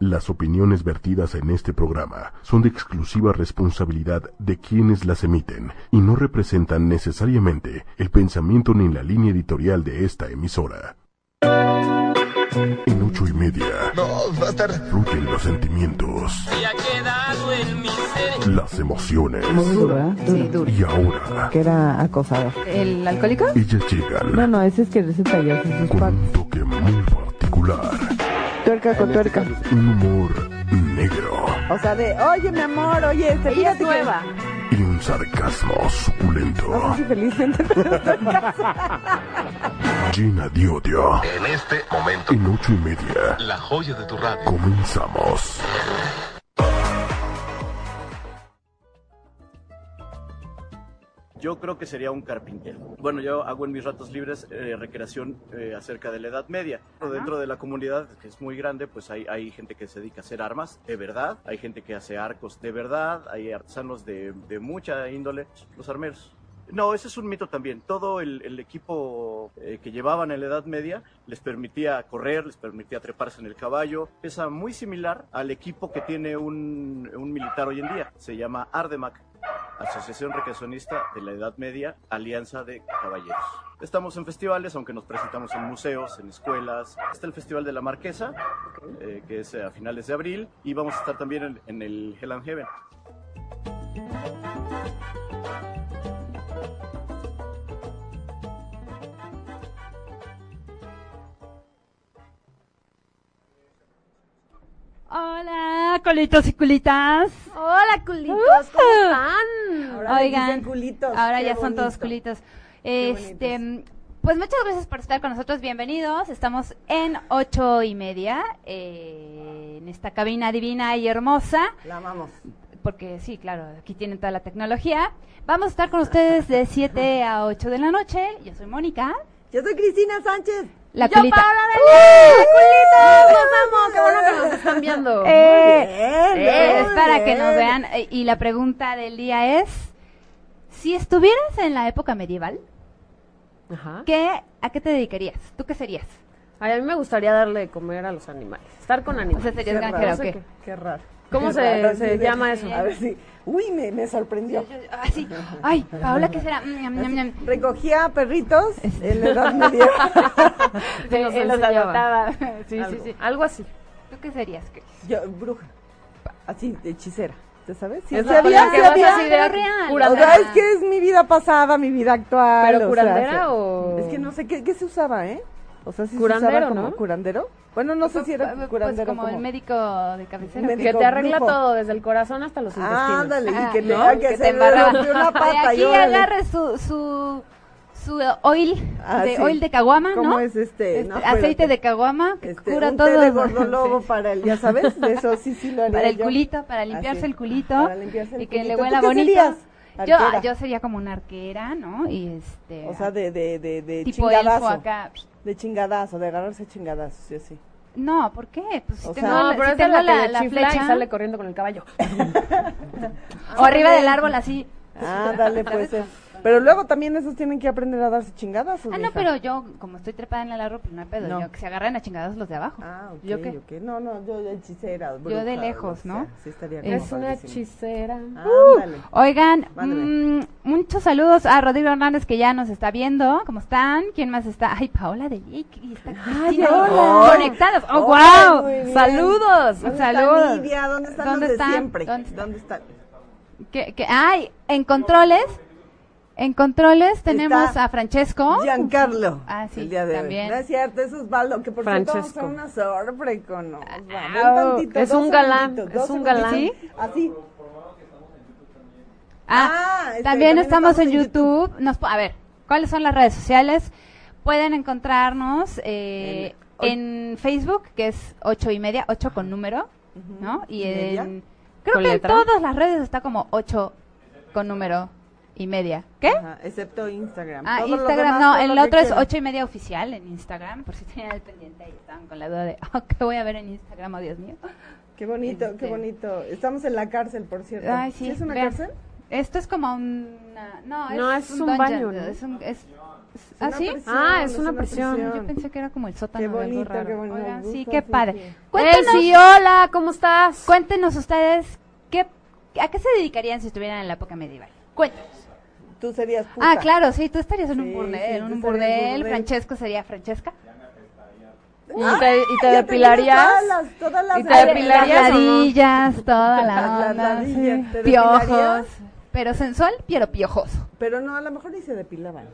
Las opiniones vertidas en este programa son de exclusiva responsabilidad de quienes las emiten y no representan necesariamente el pensamiento ni la línea editorial de esta emisora. En ocho y media No, va a estar. fluyen los sentimientos, Y ha quedado en mi ser. las emociones Muy duro, ¿eh? ¿verdad? Duro. y ahora Queda acosado. ¿El alcohólico? ellas No, llegan no, ese es que ese taller es sus con patas. un toque muy particular, Tuerca este con tuerca. un humor negro O sea, de, oye, mi amor, oye, este Ella es fíjate que- nueva. y un sarcasmo No suculento sé si felizmente, pero Gina Diodio. En este momento, En ocho y media la joya de tu radio. comenzamos. Yo creo que sería un carpintero. Bueno, yo hago en mis ratos libres eh, recreación eh, acerca de la Edad Media. Pero Dentro de la comunidad, que es muy grande, pues hay, hay gente que se dedica a hacer armas de verdad, hay gente que hace arcos de verdad, hay artesanos de, de mucha índole, los armeros. No, ese es un mito también. Todo el, el equipo eh, que llevaban en la Edad Media les permitía correr, les permitía treparse en el caballo. Es ah, muy similar al equipo que tiene un, un militar hoy en día. Se llama Ardemac. Asociación Recreacionista de la Edad Media, Alianza de Caballeros. Estamos en festivales, aunque nos presentamos en museos, en escuelas. Está el Festival de la Marquesa, eh, que es a finales de abril, y vamos a estar también en, en el Hell and Heaven. Hola, colitos y culitas. Hola, culitos, ¿cómo Uh. están? Ahora les Oigan, dicen culitos, ahora qué ya son todos bonito. culitos. Qué Este, pues muchas gracias por estar con nosotros. Bienvenidos. Estamos en ocho y media eh, en esta cabina divina y hermosa. La amamos. porque sí, claro, aquí tienen toda la tecnología. Vamos a estar con ustedes de 7 a 8 de la noche. Yo soy Mónica. Yo soy Cristina Sánchez. La Yo, culita. ¡Uh! Paola de ¡Los amo! ¡Qué bueno que nos están viendo! Eh, Bien, eh, es muy para que bien. nos vean. Eh, Y la pregunta del día es, si estuvieras en la época medieval, Ajá. ¿qué, ¿a qué te dedicarías? ¿Tú qué serías? Ay, a mí me gustaría darle de comer a los animales. Estar con O sea, animales. ¿serías Qué granjera o raro. qué? Qué raro. ¿Cómo Qué se- raro, se así de- llama eso? A ver si. Uy, me, me sorprendió. Ah, sí. Ay, Paola, ¿qué será? Mm, ñam, ñam, ñam. Recogía perritos en la edad medieval. Se los enseñaba. Sí, sí, algo, sí. algo así. ¿Tú qué serías? ¿Qué? Yo, bruja. Así, de hechicera. ¿Te sabes? Sí, Es se la había, con la se que había. vas así de Pero real. O curandera. sea, es que es mi vida pasada, mi vida actual. ¿Pero o sea, curandera se- o...? Es que no sé qué, qué se usaba, ¿eh? O sea, si se Curandero, usaba como ¿no? curandero. Bueno, no sé si era Pues, curandero. como el médico de cabecera. Médico Que te arregla brujo. todo, desde el corazón hasta los intestinos. Ándale, Ah, y que, ¿no? te, que, Que se te embarraba. le rompió una De pata aquí y órale. agarre su, su, su oil, Ah, de sí. oil de caguama, ¿Cómo ¿no? es este? Este, No, aceite espérate. de caguama que Este, cura un todo. té de gordolobo para el, ya sabes, de eso sí, sí lo haría Para el yo. culito, para limpiarse Así, el culito. Ah, para limpiarse el y que le culito. huela ¿Tú qué bonito. serías? Yo, ah, Arquera. yo sería como una arquera, ¿no? Y este. O sea, de, de, de, de tipo elfo chingadazo. acá. De chingadazo, de agarrarse chingadazos, sí, así. No, ¿por qué? Pues si O tengo, sea, la- No, pero si es de tengo la, la, que la chifla flecha. y sale corriendo con el caballo. O arriba del árbol así. Ah, dale, pues. eh. Pero luego también esos tienen que aprender a darse chingadazos. Ah, no, mija. pero yo, como estoy trepada en el árbol, pues no hay pedo. No. Yo, que se agarran a chingados los de abajo. Ah, ok, ¿Yo qué? ok. No, no, yo de hechicera. bruja, de lo lejos, que ¿no? sea. Sí, estaría como es una padrísimo. Ah. hechicera. ¡Uh! Ándale. Oigan, Madre. mm, muchos saludos a Rodrigo Hernández que ya nos está viendo. ¿Cómo están? ¿Quién más está? Ay, Paola de Lick y está Cristina. hola. conectados. ¡Oh, Hola, wow! muy bien. Saludos, ¿Dónde está saludos. Nidia? ¿Dónde están ¿Dónde los de están? siempre? ¿Dónde están? ¿Dónde están? Que, que- ay, en controles, en controles tenemos a Francesco. Giancarlo. Ah, sí, el día de hoy. también. No es cierto, es Osvaldo, que por cierto vamos a Francesco. una sorpresa con nos. Ah, oh, es un galán, es un galán. Así. Ah, Ah, este, también estamos en YouTube. Nos, po- a ver, ¿cuáles son las redes sociales? Pueden encontrarnos eh, en, Facebook, que es ocho y media, ocho con número, ¿no? Y ¿Y media? en creo ¿Con que letra? en todas las redes está como ocho con número y media. ¿Qué? Ajá, excepto Instagram. Ah, Todo lo Instagram, demás, no, todo el lo que otro es quieran. ocho y media oficial en Instagram, por si tenían el pendiente y estaban con la duda de, oh, ¿qué voy a ver en Instagram? Oh, Dios mío. Qué bonito, Este. qué bonito. Estamos en la cárcel, por cierto. Ay, sí. ¿Es una vean. cárcel? Esto es como una... No, es, No, es un dungeon, baño, ¿no? Es un, es ¿Ah, sí? Ah, es una prisión. Yo pensé que era como el sótano. Qué de algo bonito, raro. qué bonito, Oigan, me sí, gusta, qué sí, padl- sí. Cuéntanos. Cuéntenos, hola, ¿cómo estás? cuéntenos ustedes qué, a qué se dedicarían si estuvieran en la época medieval. Cuéntenos. Tú serías puta. Ah, claro, sí, tú estarías en un Sí, burdel, sí, en yo un estaría en un burdel. burdel. Francesco sería Francesca. Ah. Eh, ¿Y te, y te Ya depilarías? Todas las, todas las ¿Y te Ay, depilarías Las o no? ladillas, toda la Las onda, ladillas, sí. ¿te depilarías? Piojos. Pero sensual, pero piojoso. Pero no, a lo mejor ni se depilaban.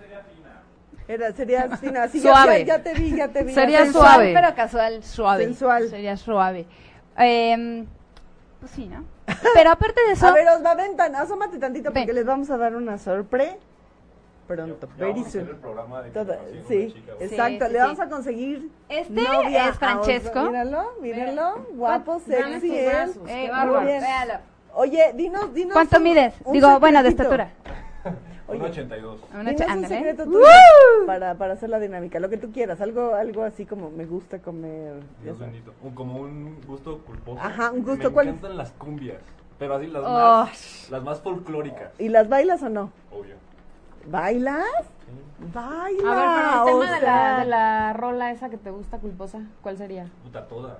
Era, sería fina, así Suave. Ya, ya te vi, ya te vi. Sería ya te vi. Sensual, suave. pero casual, suave. Sensual. Sería suave. Em, pues sí, ¿no? Pero aparte de eso... A ver, Osva, ven tan, asómate tantito porque Ven. les vamos a dar una sorpresa pronto. Very soon. Todo- sí, exacto. sí, le sí. vamos a conseguir. Este novia ah, es a Osva. Francesco. Míralo, míralo. Guapo, vean sexy. estos él. brazos, Eh, qué Muy bárbaro. bien. véalo. Oye, dinos, dinos. ¿Cuánto un- mides? un Digo, bueno, de secretito. estatura. Oye, Una dinos cha- un ándale. secreto tuyo para, para hacer la dinámica. Lo que tú quieras. Algo, algo así como me gusta comer. ya Dios sabes. bendito. Un- como un gusto culposo. Ajá, un gusto, Me ¿cuál? encantan las cumbias, pero así las Oh. más las más folclóricas, ¿Y las bailas o no? obvio. ¿Bailas? Bailas. A ver, pero Ah, o el tema de sea, la, de la rola esa que te gusta culposa, ¿cuál sería? Puta todas.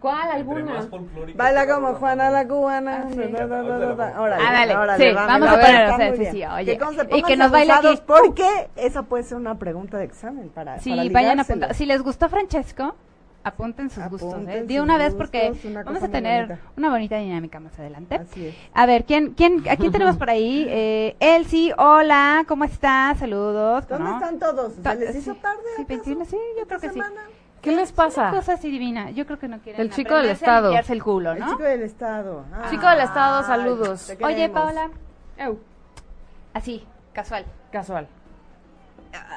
¿Cuál Entre alguna? más folclórica. Baila mejor, como ¿no? Juana la Ah, cubana. sí. Da, da, da, da, da, da. Ah, dale, órale, sí, vámonos. vamos a ver, poner, está o sea, muy sí, bien. sí, oye. Que cómo se Y pongan que nos baile abusados, aquí. Porque esa puede ser una pregunta de examen para Sí, para vayan ligárselo. apuntando. Si les gustó Francesco, apunten sus gustos. Apunten ¿eh? De sus una vez gustos, porque una vamos cosa a muy tener bonita. una bonita dinámica más adelante. Así es. A ver, ¿quién, quién, ¿a quién tenemos por ahí? Eh, Elsie, hola, ¿cómo estás? Saludos. ¿Dónde ¿no? están todos? ¿Se Ta- les hizo sí, tarde? sí, acaso? 21, sí, yo ¿Esta creo que sí. semana? ¿Qué les Una pasa? cosa así divina. Yo creo que no quieren El chico del aprenderse a estado. limpiarse el culo, El ¿no? chico del estado. Ah, Chico del estado, saludos. te Oye, queremos. Paola, Eu, así, casual. casual.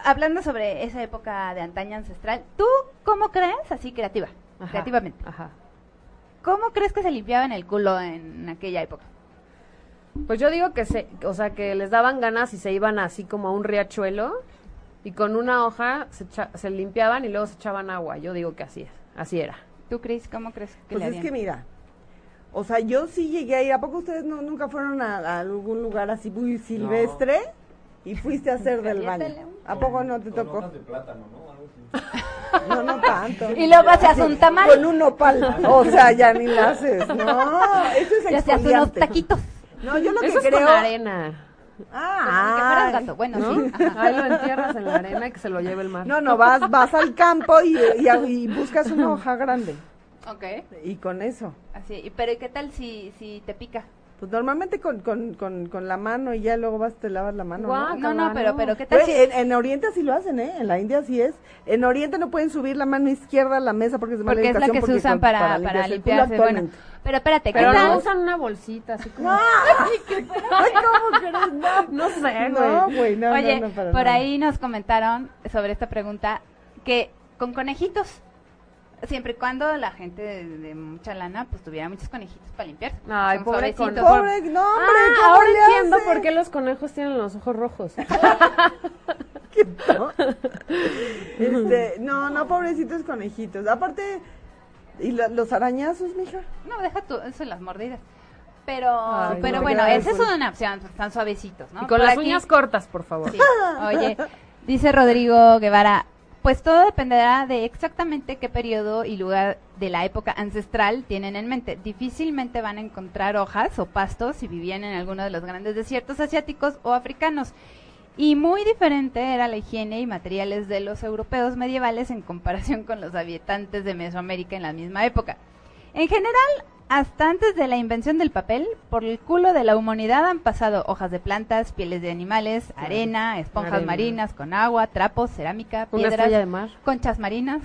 Hablando sobre esa época de antaña ancestral, ¿tú cómo crees? Así, creativa, Ajá, creativamente. Ajá. ¿Cómo crees que se limpiaban el culo en aquella época? Pues yo digo que se, o sea, que les daban ganas y se iban así como a un riachuelo y con una hoja se, echa- se limpiaban y luego se echaban agua. Yo digo que así es, así era. ¿Tú, Cris, cómo crees que Pues le es harían? que mira, o sea, yo sí llegué a ir. ¿A poco ustedes no, nunca fueron a, a algún lugar así muy silvestre y fuiste a hacer del baño? Aviéntale un- ¿A poco no te Con tocó? hojas de plátano, ¿no? Algo así. No, no tanto. Y luego se hace un tamal. Con un nopal. O sea, ya ni la haces. No, eso es Ya se hace unos exfoliante. taquitos. No, yo lo Eso que es con creo. arena, Aunque fueras Ah, gato, bueno, ¿no? sí. ajá. Ahí lo entierras en la arena y que se lo lleve el mar. no, no, vas, vas al campo y, y- y buscas una hoja grande. Ok, Y con eso. así. y- Pero ¿y qué tal si, si te pica? Pues normalmente con, con, con, con la mano y ya luego vas, te lavas la mano. ¿no? Guau, No, no, Guácala, pero, no. pero ¿qué tal Güey, si...? en, en Oriente así lo hacen, ¿eh? En la India así es. En Oriente no pueden subir la mano izquierda a la mesa porque es mala Porque es la educación, que se porque usan con- para, para, limpiarse el culo limpiarse. Bueno, actualmente. pero espérate, ¿qué Pero no tal? usan una bolsita así como. Ay, ¿cómo crees? No, No sé, no, güey. güey, no, Oye, no, no, para por nada. ahí nos comentaron sobre esta pregunta que con conejitos, siempre y cuando la gente de, de mucha lana pues tuviera muchos conejitos para limpiar. Ay, pobre conejo. Pobre, no, hombre, Ah, ¿cómo ahora le entiendo hace? Ah, por qué los conejos tienen los ojos rojos. Este, no, no, pobrecitos conejitos. Aparte, ¿y la- los arañazos, mija? No, deja tú, eso las mordidas. Pero, Ay, pero no, bueno, ya, esa es pues. una opción, están suavecitos, ¿no? Y con Por las aquí- uñas cortas, por favor. Sí. Oye, dice Rodrigo Guevara, pues todo dependerá de exactamente qué periodo y lugar de la época ancestral tienen en mente. Difícilmente van a encontrar hojas o pastos si vivían en alguno de los grandes desiertos asiáticos o africanos. Y muy diferente era la higiene y materiales de los europeos medievales en comparación con los habitantes de Mesoamérica en la misma época. En general, hasta antes de la invención del papel, por el culo de la humanidad han pasado hojas de plantas, pieles de animales, arena, esponjas Arena. marinas con agua, trapos, cerámica, Una estrella de piedras, mar. conchas marinas,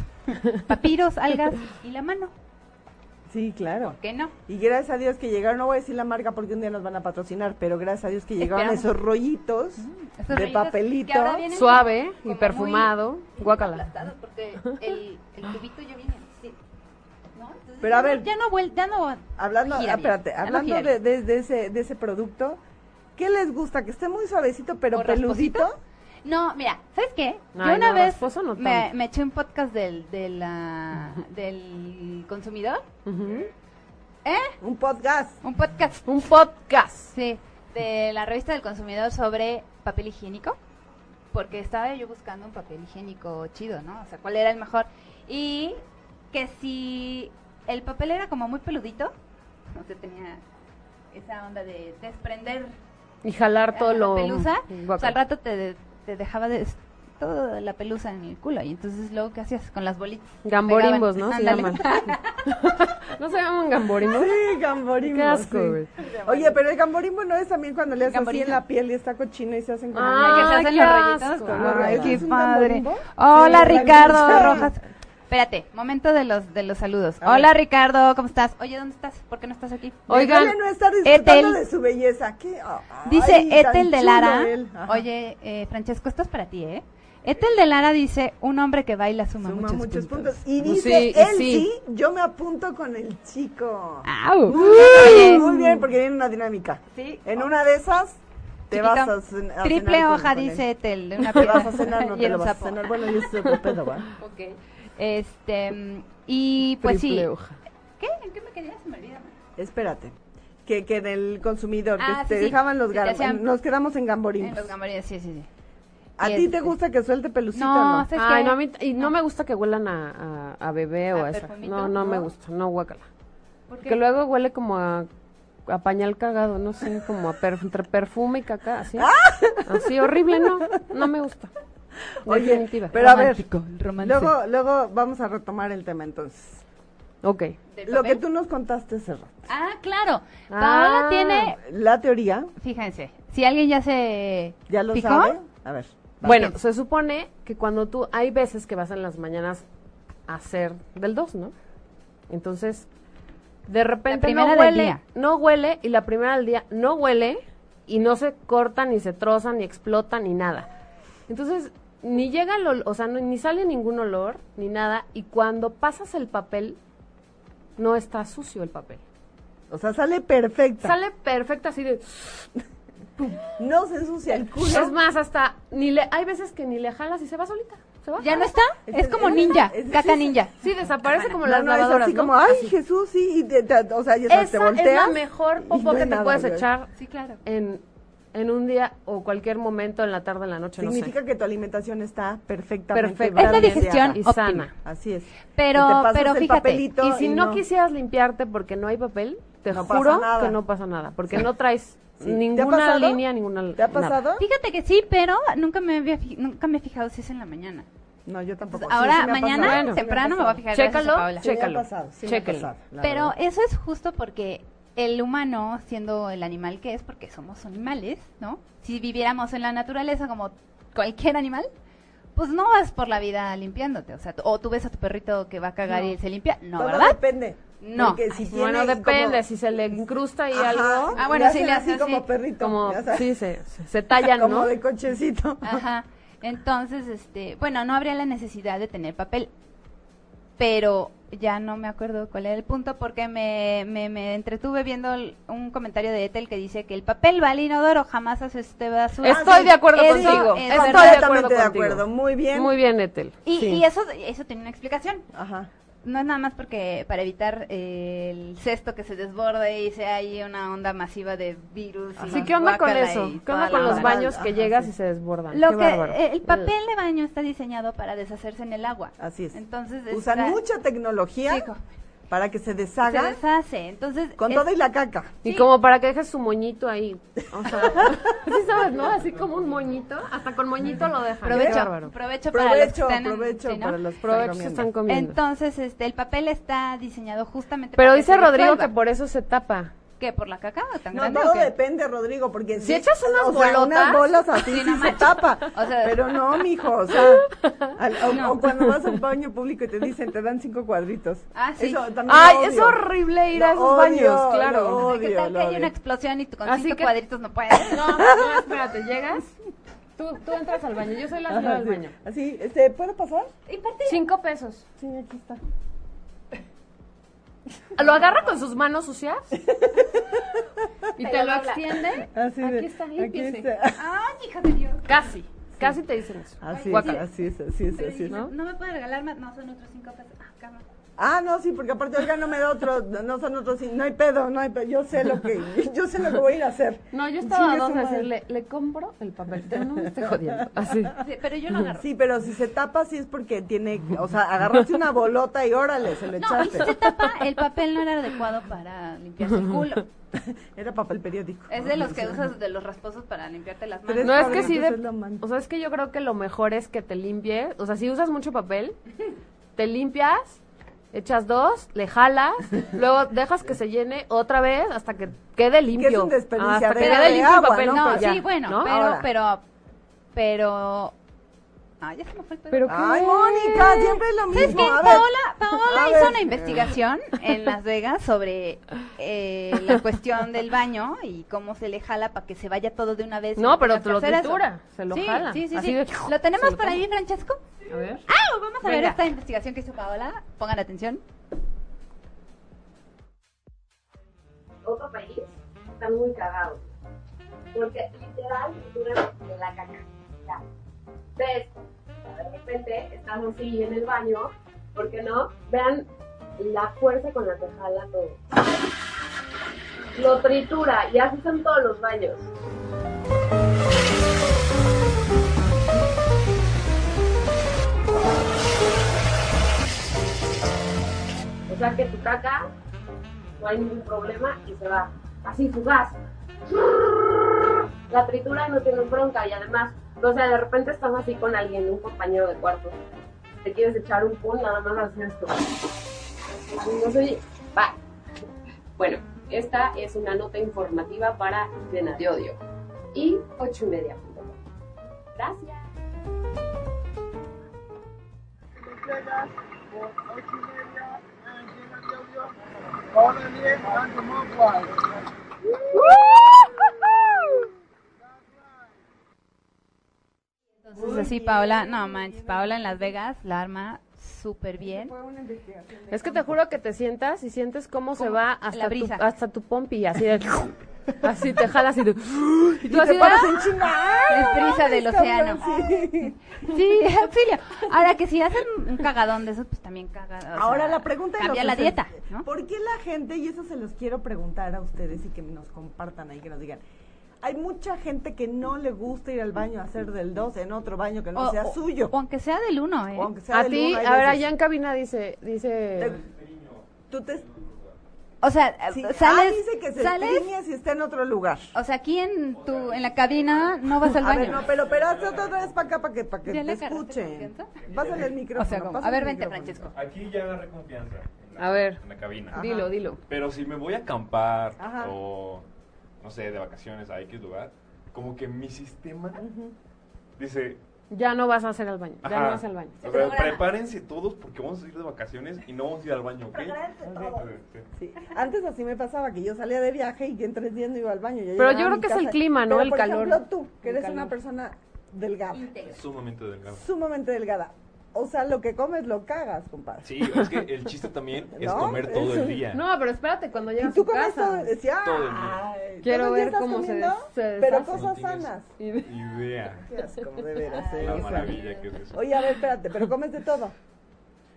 papiros, algas y la mano. Sí, claro. ¿Por qué no? Y gracias a Dios que llegaron, no voy a decir la marca porque un día nos van a patrocinar, pero gracias a Dios que llegaron Esperamos. Mm, esos rollitos Esos de rollitos papelito. que ahora vienen Suave como y muy perfumado. Guácala. aplastados, porque el, el cubito yo vine así, ¿no? Entonces Pero a ya no- ver. ya no vuel- ya no- Hablando, gira ah, bien, espérate, ya no hablando gira de, de- de ese, de ese producto, ¿qué les gusta? ¿Que esté muy suavecito pero ¿O peludito? rasposito? No, mira, ¿sabes qué? Yo Ay, una no, vez rasposo no me, tanto. me eché un podcast del, de la- del consumidor, Ujú. ¿eh? Un podcast. Un podcast, Un podcast. sí, de la revista del consumidor sobre papel higiénico. porque estaba yo buscando un papel higiénico chido, ¿no? O sea, cuál era el mejor. Y que si el papel era como muy peludito, no se tenía esa onda de desprender Y jalar todo la lo... pelusa, guaca. o sea, al rato te, te dejaba des- toda la pelusa en el culo. Y entonces luego, ¿qué hacías con las bolitas? Gamborimbos, ¿no? Se Ándale. llaman. ¿No se llaman gamborimbos? Sí, gamborimbo. Qué asco, sí. güey. Oye, pero el gamborimbo no es también cuando le haces así Gamborito. en la piel y está cochino y se hacen como... Ah, que se hacen qué los rollitos asco. con Ay, los rollitos. qué Es un padre. tamborimbo. Sí, Hola la Ricardo lucha. Rojas. Espérate, momento de los de los saludos. A ver. Hola Ricardo, ¿cómo estás? Oye, ¿dónde estás? ¿Por qué no estás aquí? Oigan, Déjale no estar disfrutando Ethel. de su belleza. ¿Qué? Ah, Dice ay, tan Ethel de chulo Lara. él. Ajá. Oye, eh, Francesco, esto es para ti, ¿eh? Ethel de Lara dice, un hombre que baila suma, Suma muchos, puntos. Y Pues dice, sí, y él sí. sí. yo me apunto con el chico. ¡Au! Oye, Oye, Muy bien, porque viene una dinámica. sí, Uh, En una de esas, te chiquito. vas a, cen- a Triple cenar con- hoja, con él. dice Ethel. de Una Te vas a piedra cenar, no y te el lo vas a sapo. cenar. Bueno, yo es otro pedo, ¿va? Ok. Este, mm, y pues sí. ¿Qué? ¿En qué me quería? Se me olvida. Espérate. Que, que del consumidor, Ah, que te sí, sí. dejaban los Sí, te gar- hacían- Nos quedamos en En gamborinos. los gambarines, sí, sí, sí. ¿A Y ti este- te gusta que suelte pelucito No, o no? ¿sabes Ay, qué? Ah. no, a mí t- y no me gusta que huelan a, a, a bebé o ¿A a eso. perfumito? No, no me ¿No? gusta, no guácala. ¿Por qué? Que luego huele como a, a pañal cagado, no sé, como a perf- entre perfume y caca, así. Así horrible, no, no me gusta. Oye, Definitiva. pero a ver, Romántico, el romance. luego, luego vamos a retomar el tema entonces. Ok. ¿Del Lo que papel? tú nos contaste hace rato. Ah, claro. Paola Ah. tiene, La teoría, fíjense, si alguien ya se ya lo fijó, sabe. A ver. va. Bueno, se supone que cuando tú, hay veces que vas en las mañanas a hacer del 2, ¿no? Entonces, de repente primera no del huele, día. no huele y la primera del día no huele y no se corta ni se troza ni explota ni nada. Entonces, ni llega el ol- o sea, no- ni sale ningún olor ni nada y cuando pasas el papel no está sucio el papel. O sea, sale perfecta. Sale perfecto así de No se ensucia el culo. Es más, hasta ni le hay veces que ni le jalas y se va solita. Se va. ¿ya no está? Este- Es como ninja, este- caca ninja. Sí, desaparece como No, las no, es lavadoras, así ¿no? como, ay, Jesús, sí, y te, te- o sea, ya sabes, te Esa es la volteas. mejor y popó no que hay te nada, puedes güey. echar Sí, claro. en, en un día o cualquier momento, en la tarde, en la noche, Significa no sé. que tu alimentación está perfectamente Perfecta. Es la balanceada. digestión y óptima. sana. Así es. Pero- Y te pasas pero el fíjate, papelito Y si no, no quisieras limpiarte porque no hay papel, te No pasa juro nada. que no pasa nada, porque no traes Sí. ¿Te ha ninguna pasado? línea, ninguna ¿Te ha nada. pasado? Fíjate que sí, pero nunca me había fi- nunca me he fijado si es en la mañana. No, yo tampoco. Entonces, Sí, ahora sí me ha mañana pasado. Bueno. temprano me voy a fijar. gracias Chécalo, Paola. Sí me ha Chécalo. pasado, sí me ha Chécalo. pasado, la Pero verdad. eso es justo porque el humano, siendo el animal que es, porque somos animales, ¿no? Si viviéramos en la naturaleza como cualquier animal, pues no vas por la vida limpiándote. O sea, tú- o tú ves a tu perrito que va a cagar y él se limpia. No, Todo ¿verdad? depende. No. Porque si tiene Bueno, depende, como- si se le incrusta ahí Ajá, algo, Ah, bueno, sí, hacen le así hace como así, perrito. como, ya sabes, sí, se, se, se tallan, como ¿no? de cochecito. Ajá. Entonces, este, bueno, no habría la necesidad de tener papel. Pero ya no me acuerdo cuál era el punto porque me, me, me entretuve viendo el- un comentario de Ethel que dice que el papel va al inodoro, jamás hace usted Ah, basura. Estoy de acuerdo Eso contigo. es Estoy de verdad. acuerdo Completamente de contigo. acuerdo. Muy bien. Muy bien, Ethel. Y, Sí. y eso, eso tiene una explicación. Ajá. No es nada más porque para evitar eh, el cesto que se desborde y sea ahí una onda masiva de virus. y Sí, ¿qué onda con guácala eso? y ¿Qué toda onda la con los onda? baños que Ajá, llegas sí. y se desbordan? Lo Qué que bárbaro. eh, el papel de baño está diseñado para deshacerse en el agua. Así es. Entonces Usan está- mucha tecnología Sí, co- para que se se deshaga deshace. Entonces con es- todo y la caca. Y como para que dejes su moñito ahí. O sea, sí sabes, ¿no? Así como un moñito. Hasta con moñito lo Ah, dejan. Qué provecho, bárbaro. provecho para los que Provecho, están en- provecho sí, ¿no? para los Provecho se comiendo. están comiendo. Entonces, este, el papel está diseñado justamente. Pero para que dice se Rodrigo disuelva. que por eso se tapa. ¿Qué, por la caca o tan No, grande todo o qué? depende, Rodrigo, porque Si echas unas o sea, unas bolotas, bolas así sí, sí no se manches. tapa. O sea- pero no, mijo, o sea, al- o, o cuando vas a un baño público y te dicen, te dan cinco cuadritos. Ah, sí. también Ay, lo es odio. horrible ir a Lo esos odio, baños, lo claro. odio. O sea, ¿Qué lo tal que hay odio. una explosión y tú con Así cinco que- cuadritos no puedes? No, no, espérate, llegas. Tú, tú entras al baño, yo soy la señora del baño. Así, este, ¿puedo pasar? Y parte- Cinco pesos. Sí, aquí está. Lo agarra con sus manos sucias. Y te lo dobla. extiende. Así Aquí de- está, aquí límpiese. está. ¡Ay, hija de Dios! Casi. Casi te dicen eso. Así es, Guácala. así es, así es, Pero así es. dices, ¿No? me puede regalar más. No, son otros cinco pesos. Ah, cabrón. Ah, no, sí, porque aparte Olga no me da otro, no son otros, sí, no hay pedo, no hay pedo, yo sé lo que, yo sé lo que voy a ir a hacer. No, yo estaba a Chingue dos su de madre. decirle, le compro el papel. Yo no me estoy jodiendo. Así. Sí, pero yo lo agarro. Sí, pero si se tapa, sí es porque tiene, o sea, agarraste una bolota y órale, se lo No, y si echaste. se tapa, el papel no era adecuado para limpiarse el culo. Era papel periódico. Es de los que usas de los rasposos para limpiarte las manos. Tres No es que cuadritos sí es lo de, man- o sea, es que yo creo que lo mejor es que te limpie, o sea, si usas mucho papel, te limpias, echas dos, le jalas, luego dejas que se llene otra vez hasta que quede limpio. un desperdicio, hasta que regla quede de limpio el agua, papel. ¿no? No, pues ya, sí, bueno, ¿no? pero, Ahora. pero, pero, ah, ya se me fue el pedo. Pero Ay, ¿qué? Mónica, siempre es lo ¿Sabes mismo. qué? A ver. Paola, Paola A hizo ver. una investigación en Las Vegas sobre eh, la cuestión del baño y cómo se le jala para que se vaya todo de una vez. y No, pero tengas te que lo hacer eso. tritura, se lo sí, jala, Sí, sí, así sí. de- ¿Lo se tenemos lo por come. ahí, Francesco? A ver. Ah, vamos a ver Venga. esta investigación que hizo Paola. Pongan atención. otro país están muy cagados. Porque literal, cultura de la caca. Ya. Ves, de repente estamos así en el baño, ¿por qué no? Vean la fuerza con la que jala todo. Lo tritura y así son todos los baños. O sea que tu caca no hay ningún problema y se va. Así fugaz. La tritura no tiene bronca y además, o sea, de repente estás así con alguien, un compañero de cuarto. Te quieres echar un pun, nada más haces esto. Y No soy. Va. Bueno, esta es una nota informativa para Llena de Odio. Y ocho y media. Gracias. Entonces, así Paola, no manches, Paola en Las Vegas la arma súper bien. Es que te juro que te sientas y sientes cómo se va hasta brisa. tu hasta tu pompi así de así te jalas y, de- y tú así Te de- ¡ah! paras en chinga. ¡ah! Es brisa del océano. Sí. Sí, auxilio. Ahora que si hacen un cagadón de esos, pues también cagado. Ahora la pregunta es Cambia lo la que dieta, ustedes- ¿no? ¿Por qué la gente, y eso se los quiero preguntar a ustedes y que nos compartan ahí, que nos digan, hay mucha gente que no le gusta ir al baño a hacer del 2 en otro baño que no sea suyo? o aunque sea del uno, ¿eh? O aunque sea a del ti, uno, hay a ver, veces- allá en cabina dice dice Tú te, O sea, sí, Eh, sales, ah, dice que se sales, estriñe si está en otro lugar. o sea, aquí en tu, en la cabina no vas al A ver, baño. no, pero, pero hazte otra vez para acá para que, para que ¿Ya te le agarraste escuchen. confianza? Pásale el micrófono. o sea, como, a pásale ver, el vente, micrófono. Francesco. Aquí ya agarré confianza. en la- A ver. En la cabina. dilo, dilo. Pero si me voy a acampar Ajá. o, no sé, de vacaciones a X lugar, como que mi sistema dice... Ya no vas a hacer al baño, ya ajá, no vas al baño. O sea, prepárense todos porque vamos a ir de vacaciones y no vamos a ir al baño, ¿ok? Sí. Sí. Antes así me pasaba que yo salía de viaje y en tres días no iba al baño. ya Pero llegaba yo a creo mi que es el casa. clima, ¿no? Pero, El por calor. ejemplo, tú, que El eres una calor. persona delgada, Es sumamente delgado. sumamente delgada. O sea, lo que comes lo cagas, compadre. Sí, es que el chiste también es ¿No? comer todo el día. No, pero espérate, cuando Y llegas tú a tu comes casa. todo, decía, Todo el día. Quiero ver cómo se comiendo, des- se Pero deshace. cosas No tienes- sanas. Y- Idea. Qué asco, de veras, eh, La hija. maravilla que es eso. Oye, a ver, espérate, pero comes de todo.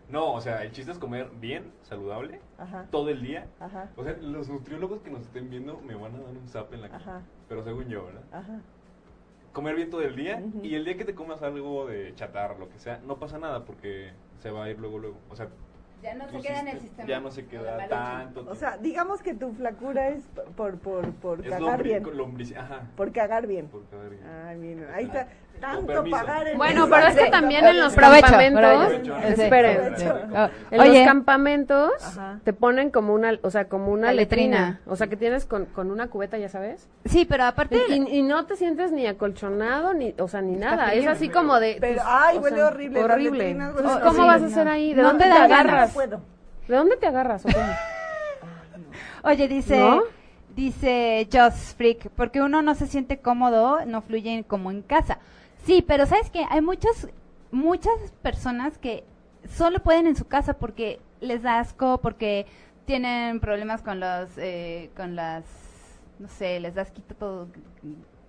No, o sea, el chiste es comer bien, saludable, Ajá. todo el día. Ajá. O sea, los nutriólogos que nos estén viendo me van a dar un zap en la cara. Ajá. Pero según yo, ¿verdad? Ajá. Comer bien todo el día Ujú. y el día que te comas algo de chatarra, lo que sea, no pasa nada porque se va a ir luego, luego. O sea, Ya no tu se queda en el sist- sistema. Ya no se queda tanto. O sea, digamos que tu flacura es por, por, por es cagar lombriz, bien. Ah, lombriz- ajá. Por cagar bien. Por cagar bien. Ay, mira, ahí está. Con Tanto permiso. pagar en Bueno, el- pero es que también en los Provecho, campamentos, provecho. esperen, Provecho. en Oye. los campamentos Ajá. te ponen como una, o sea, como una La letrina. letrina, o sea, que tienes con, con una cubeta, ya sabes, Sí, pero aparte, y, y- y no te sientes ni acolchonado ni, o sea, ni nada, es así como de, Pero, pues, ay, o huele sea, horrible, las horrible. letrinas huelen Entonces, ¿cómo horrible. vas a hacer ahí? ¿De No dónde te te da agarras? No puedo. ¿De dónde te agarras? o cómo? oye, dice, ¿No? dice Joss Freak, porque uno no se siente cómodo, no fluye en- como en casa. Sí, pero ¿sabes qué? Hay muchas, muchas personas que solo pueden en su casa porque les da asco, porque tienen problemas con los, eh, con las, no sé, les da asquito todo,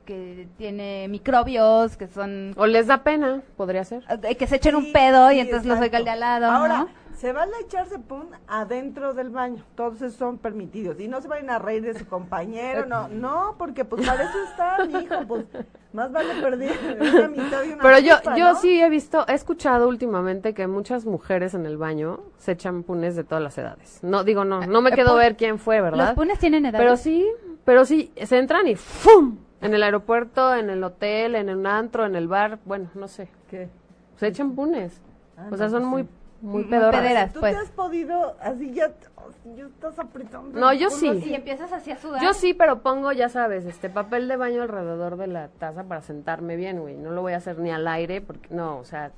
que tiene microbios, que son O les da pena, podría ser. Eh, que se echen Sí, un pedo y sí, entonces los exacto. oiga el de al lado. Ahora, ¿no? Se vale echarse pun adentro del baño. Todos esos son permitidos. Y no se vayan a reír de su compañero, no. No, porque pues para eso está, mi hijo. Pues más vale perder una amistad y una Pero yo, culpa, yo ¿no? sí he visto, he escuchado últimamente que muchas mujeres en el baño se echan punes de todas las edades. No, digo, no, no me Eh, quedó pun- ver quién fue, Los ¿verdad? punes tienen edad. Pero sí, pero sí, se entran y ¡fum! En el aeropuerto, en el hotel, en un antro, en el bar, bueno, no sé. ¿Qué? Se echan punes. Ah, o sea, no, son pues, muy, sí. muy Muy pedorras. pederas. ¿Tú Pues. te has podido así ya, oh, ya estás apretando? No, el yo culo sí. así? Si empiezas así a sudar. Yo sí, pero pongo, ya sabes, este papel de baño alrededor de la taza para sentarme bien, güey. No lo voy a hacer ni al aire, porque no, o sea,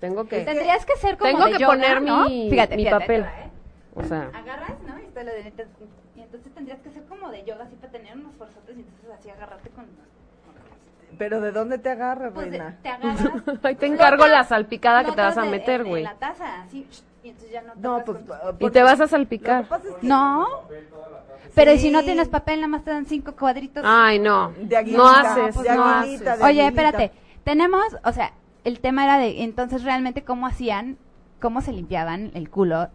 tengo que... Tendrías que ser como Tengo de que yoga, poner ¿no? mi- Fíjate, mi fíjate, ahí papel. Ah. te va, ¿eh? O sea, Ah, Agarras, ¿no? Y, te lo de- y entonces tendrías que ser como de yoga, así para tener unos forzotes y entonces así agarrarte con... Pero ¿de dónde te agarras, Pues de- reina? te agarras... ahí te encargo Notas- la salpicada que te vas a notas en- en- meter, en güey. este, la taza, así, y entonces ya no No, tocas pues... con tus- porque- Y te vas a Lo que salpicar. pasa es que No. Pero ¿y si no Sí. tienes papel, nada más te dan cinco cuadritos. Ay, no. De No aguilita, pues, haces, de no haces. aguilita, de Oye, aguilita. espérate. Tenemos, o sea, el tema era de entonces realmente cómo hacían, cómo se limpiaban el culo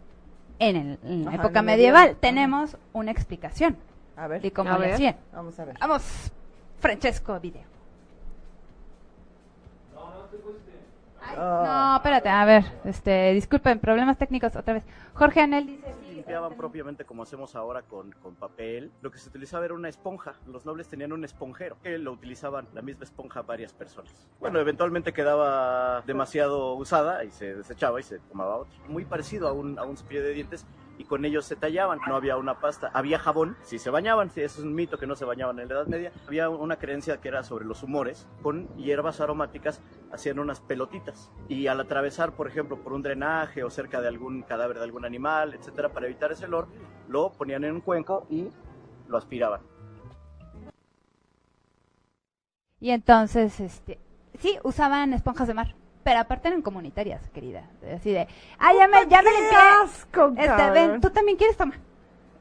en, el- en la Ajá, época en el medieval. medieval. Ajá. Tenemos una explicación A ver, de cómo A lo ver. hacían. vamos a ver. Vamos, Francesco, video. Ay, Ah. No, espérate, a ver, este, disculpen, problemas técnicos otra vez. Jorge Anel dice, sí, limpiaban propiamente como hacemos ahora con, con papel. Lo que se utilizaba era una esponja. Los nobles tenían un esponjero que lo utilizaban la misma esponja varias personas. Bueno, eventualmente quedaba demasiado usada y se desechaba y se tomaba otra. Muy parecido a un, a un cepillo de dientes y con ellos se tallaban. No había una pasta, había jabón. Sí se bañaban, sí, eso es un mito que no se bañaban en la Edad Media. Había una creencia que era sobre los humores. Con hierbas aromáticas hacían unas pelotitas y al atravesar, por ejemplo, por un drenaje o cerca de algún cadáver de algún animal, etcétera, para evitar ese olor, lo ponían en un cuenco y lo aspiraban. Y entonces, este, sí, usaban esponjas de mar, pero aparte eran comunitarias, querida. Así de, ah, ya me, ya me ¡Qué limpié. asco, Este, ven, cabrón! tú también quieres tomar.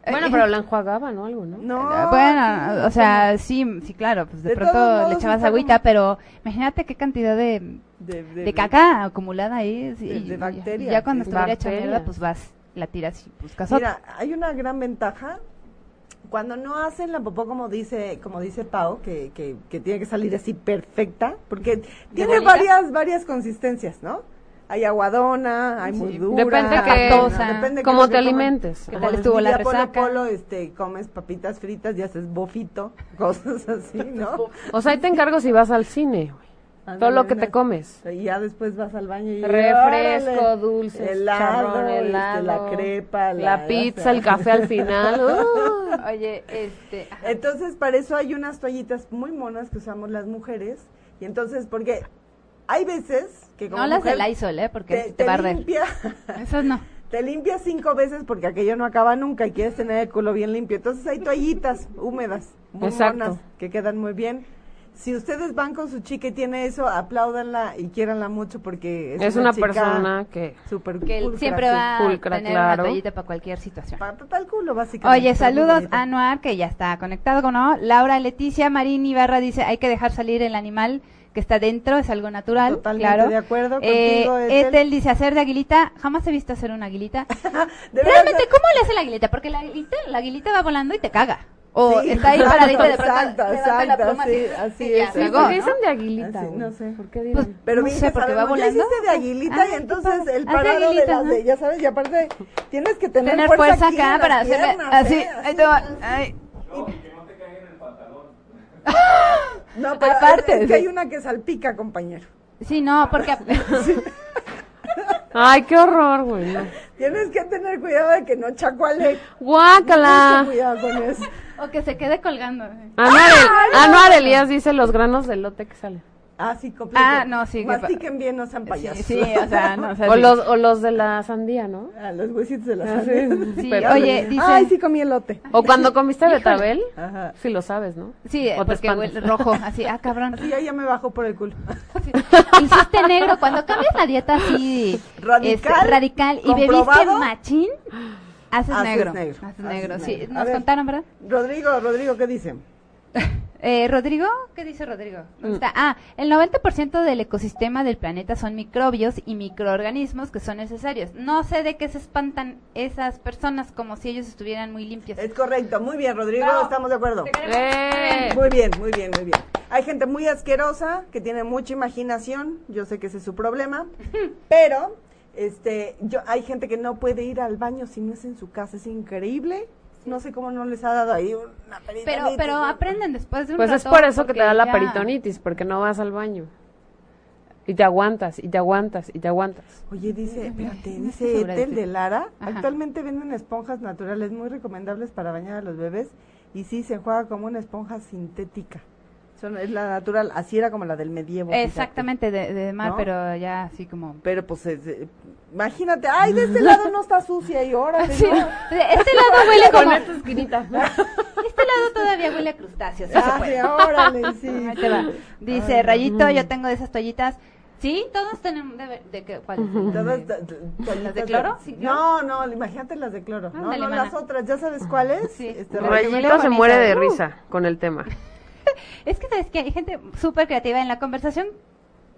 Eh, Bueno, pero la enjuagaban o algo, ¿no? No. Bueno, o sea, sí, sí, claro, pues de, De todos pronto modos, le echabas está agüita, como- pero imagínate qué cantidad de, De, de- de de- caca acumulada ahí. sí, de- de y- bacterias, y Ya cuando sí. estuviera hecha Bacterias. mierda, pues vas, la tiras y pues, buscas otra. Mira, hay una gran ventaja. Cuando no hacen la popó como dice, como dice Pau, que, que, que tiene que salir así perfecta, porque tiene bolita? varias, varias consistencias, ¿no? Hay aguadona, hay muy dura, Depende que- patosa, depende que cómo lo que te coman. alimentes. ¿Qué tal estuvo la Ya polo, resaca? polo, este, comes papitas fritas y haces bofito, cosas así, ¿no? O sea, ahí te encargo si vas al cine, güey. Todo lo que te comes. Y ya después vas al baño y Refresco, ¡órale! dulces, helado, charrón, este, helado, la crepa, la, la pizza, el café al final. ¡uh! Oye, este, Eh, ajá. Entonces, para eso hay unas toallitas muy monas que usamos las mujeres. Y entonces, porque hay veces que como no las mujer del Lysol, ¿eh? Porque te, te, va a te arder. limpia, Esas no. te limpia cinco veces porque aquello no acaba nunca y quieres tener el culo bien limpio. Entonces, hay toallitas húmedas, muy Exacto. monas, que quedan muy bien. Si ustedes van con su chica y tiene eso, apláudanla y quiéranla mucho porque es, Es una chica persona que... súper Que él pulcra, siempre sí. va pulcra, a tener claro. una toallita para cualquier situación. Pa- pa- pa el culo, básicamente. Oye, Está muy saludos bonito. a Anuar, que ya está conectado con no. Laura Leticia Marín Ibarra dice, hay que dejar salir el animal que está dentro, es algo natural. Totalmente claro. de acuerdo Eh, contigo, Ethel. Ethel. dice, hacer de aguilita, jamás he visto hacer una aguilita. Ah, De Realmente, verdad, ¿cómo le hace la aguilita? Porque la aguilita, la aguilita va volando y te caga. O Sí, está ahí exacto, paradita y de pronto exacto, levanta la exacto, pluma así, sí, así y ya, es. Sí, Cagó, cagó, ¿por qué ¿no? dicen de aguilita? Así, güey? no sé. ¿Por qué Pues, dirán? Pero no bien sé, que porque va sabemos, ya volando. hiciste de aguilita Ah, y qué entonces padre. el Haz de parado de, aguilita, las de- ajá. ya sabes, y aparte tienes que tener, Tener fuerza aquí en acá las para hacerle piernas, así. ¿eh? ahí te va, ay. No, pero Aparte, es que sí. hay una que salpica, compañero. Sí, no, porque... Ay, qué horror, güey. no. Tienes que tener cuidado de que no chacuale. Mucho Guácala. cuidado con eso. o que se quede colgando. eh. Anuar, Anuar Elías dice los granos de lote que salen. Ah, sí, completo. Ah, no, sí, que pa- Mastiquen bien, no sean payasos. Sí, sí, o sea, no, o sea, O sí. los, o los de la sandía, ¿no? Ah, los huesitos de las Ah, sí. alas. Sí, Pero- oye, dice... Ay, sí comí elote. O cuando comiste betabel, Ajá. si lo sabes, ¿no? Sí, O te porque espantas. huele rojo, así, ah, cabrón. Sí, yo ya me bajó por el culo. Hiciste negro, cuando cambias la dieta así Radical, este, radical y bebiste comprobado. machín, haces Haces negro. negro, Haces haces negro, sí. negro. A Nos ver. contaron, ¿verdad? Rodrigo, Rodrigo, ¿qué dice? Eh, Rodrigo, ¿qué dice Rodrigo? Mm. ¿Dónde está? Ah, el 90% del ecosistema del planeta son microbios y microorganismos que son necesarios. No sé de qué se espantan esas personas como si ellos estuvieran muy limpios. Es correcto, muy bien, Rodrigo, Bravo. estamos de acuerdo. Te queremos. ¡Eh! Muy bien, muy bien, muy bien. Hay gente muy asquerosa que tiene mucha imaginación, yo sé que ese es su problema, pero este, yo, hay gente que no puede ir al baño si no es en su casa, es increíble. No sé cómo no les ha dado ahí una Pero, peritonitis, pero ¿no? aprenden después de un Pues es rato, por eso que te porque da la ya- peritonitis, porque no vas al baño. Y te aguantas, y te aguantas, y te aguantas. Oye, dice, espérate, no estoy dice segura de Etel ti. de Lara, este Ajá. actualmente venden esponjas naturales muy recomendables para bañar a los bebés y sí se juega como una esponja sintética. Son, es la natural, así era como la del medievo. fíjate. Exactamente, de, de mar, ¿No? pero ya así como... Pero pues, es, eh, imagínate, ay, de este lado no está sucia y ahora Sí, Este lado huele como... Este esquinita. lado todavía huele a crustáceos. sí se Ah, puede. sí, órale, sí. Ahí sí. te va. Dice Ay, Rayito, yo tengo de esas toallitas. Sí, todos tenemos de, de qué- cuáles? Todas De- ta- ta- ¿Las de cloro? ¿Sin No, cloro? no, imagínate las de cloro. No, Ándale, no, mana. las otras, ¿ya sabes cuáles? Sí. Este, Rayito Rayito se bonito. muere de Uh. risa con el tema. Es que sabes que hay gente súper creativa en la conversación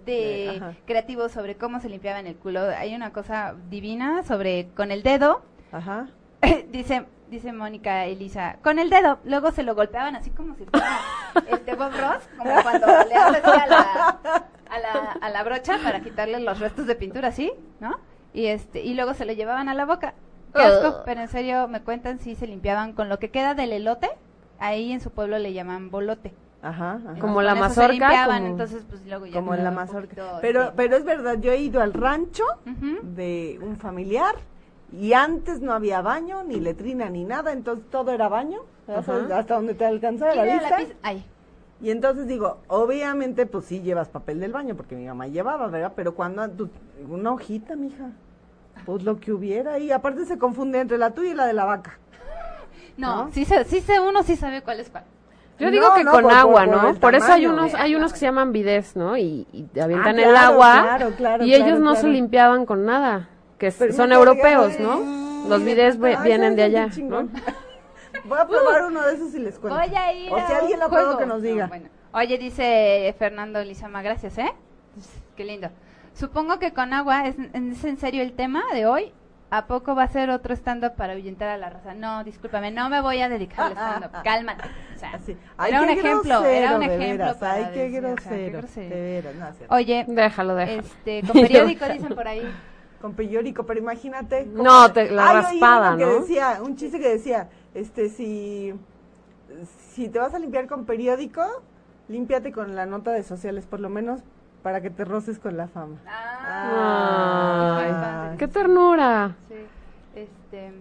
De- de ajá. creativos sobre cómo se limpiaban el culo. Hay una cosa divina sobre con el dedo. Ajá. dice dice Mónica Elisa, con el dedo. Luego se lo golpeaban así como si fuera este Bob Ross, como cuando le haces así a la, a la, a la brocha para quitarle los restos de pintura, ¿sí? ¿No? Y este y luego se lo llevaban a la boca. Qué asco, pero en serio me cuentan si se limpiaban con lo que queda del elote. Ahí en su pueblo le llaman bolote. Ajá, ajá. Como Con la eso mazorca, Se limpiaban, como- entonces pues luego ya Como en la quedaba un mazorca. poquito, Pero, este, pero es verdad, yo he ido al rancho ujú. de un familiar y antes no había baño, ni letrina, ni nada, entonces todo era baño, ya sabes, hasta donde te alcanzaba la Mira la vista. pis- ay, Y entonces digo, obviamente, pues sí llevas papel del baño, porque mi mamá llevaba, ¿verdad? Pero cuando, tú- una hojita, mija, pues lo que hubiera. Y aparte se confunde entre la tuya y la de la vaca. No, ¿No? sí se, sí se uno sí sabe cuál es cuál. Yo digo No, que no, con por- por- agua, por ¿no? el Por, eso hay tamaño. unos, hay unos que se llaman bidés, ¿no? Y, y te avientan Ah, el claro, agua claro, claro, y claro, ellos no se claro. limpiaban con nada, que es- Pero son no europeos, digas, ¿no? "Ay, Los bidés ve- ay, vienen ay, de ay, qué allá, ¿no? chingón". Voy a probar uno de esos y les cuento. Voy a ir. O si a alguien un lo probó, juego. que nos diga. No, bueno. Oye, dice Fernando Lizama, gracias, ¿eh? Qué lindo. Supongo que con agua es, es en serio el tema de hoy. ¿A poco va a ser otro stand-up para ahuyentar a la raza? No, discúlpame, no me voy a dedicar al stand-up. Cálmate. O sea, Así. Ay, era, un qué ejemplo, era grosero, un de ejemplo, veras, para Ay, qué decir, o sea, grosero. qué grosero. De veras, no, es cierto. Oye, Déjalo, déjalo. este, con periódico dicen por ahí. Con periódico, pero imagínate. No, cómo- te- la Ay, oí uno raspada, que ¿no? decía, un chiste que decía, este, si, si te vas a limpiar con periódico, límpiate con la nota de sociales, por lo menos, para que te roces con la fama. Ah, Ay, Ay. qué ternura. Ah, Sí, este,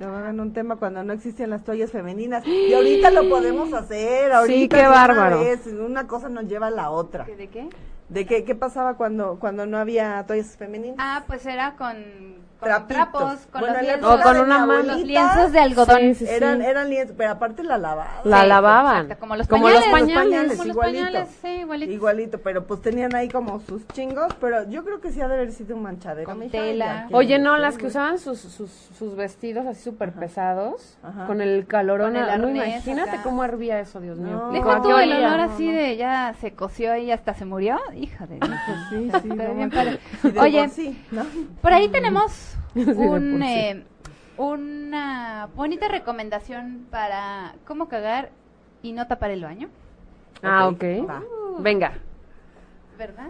Luego hagan un tema cuando no existen las toallas femeninas. Y ahorita lo podemos hacer. Ahorita Sí, qué de una bárbaro. vez, una cosa nos lleva a la otra. ¿que ¿de qué? ¿De qué, qué pasaba cuando, cuando no había toallas femeninas? Ah, pues era con, con Trapitos. trapos, con Bueno, los en la lienzos, O con una los mano. lienzos de algodón. Sí, sí, sí. eran, eran lienzos, pero aparte la lavaban. La Sí, lavaban. exacto, como los pañales, pañales. Como los igualito. pañales, sí, igualitos. Igualito, pero pues tenían ahí como sus chingos, pero yo creo que sí ha de haber sido un manchadero. Con mija, tela. ya que- Oye, no, las sí, que güey. usaban sus, sus, sus vestidos así súper pesados, Ajá. con el calorón, Con el ah, no, arnés imagínate acá. cómo hervía eso, Dios mío. No. ¿Cómo Deja a tú qué el olía? olor así de ya se coció y hasta se murió. Hija de Dios. Sí, sí, Está no bien manches. padre. Y de Oye, por sí, ¿no? Por ahí tenemos de por un, sí. eh, una bonita recomendación para cómo cagar y no tapar el baño, Ah, Ok, ok. va. Venga. ¿verdad?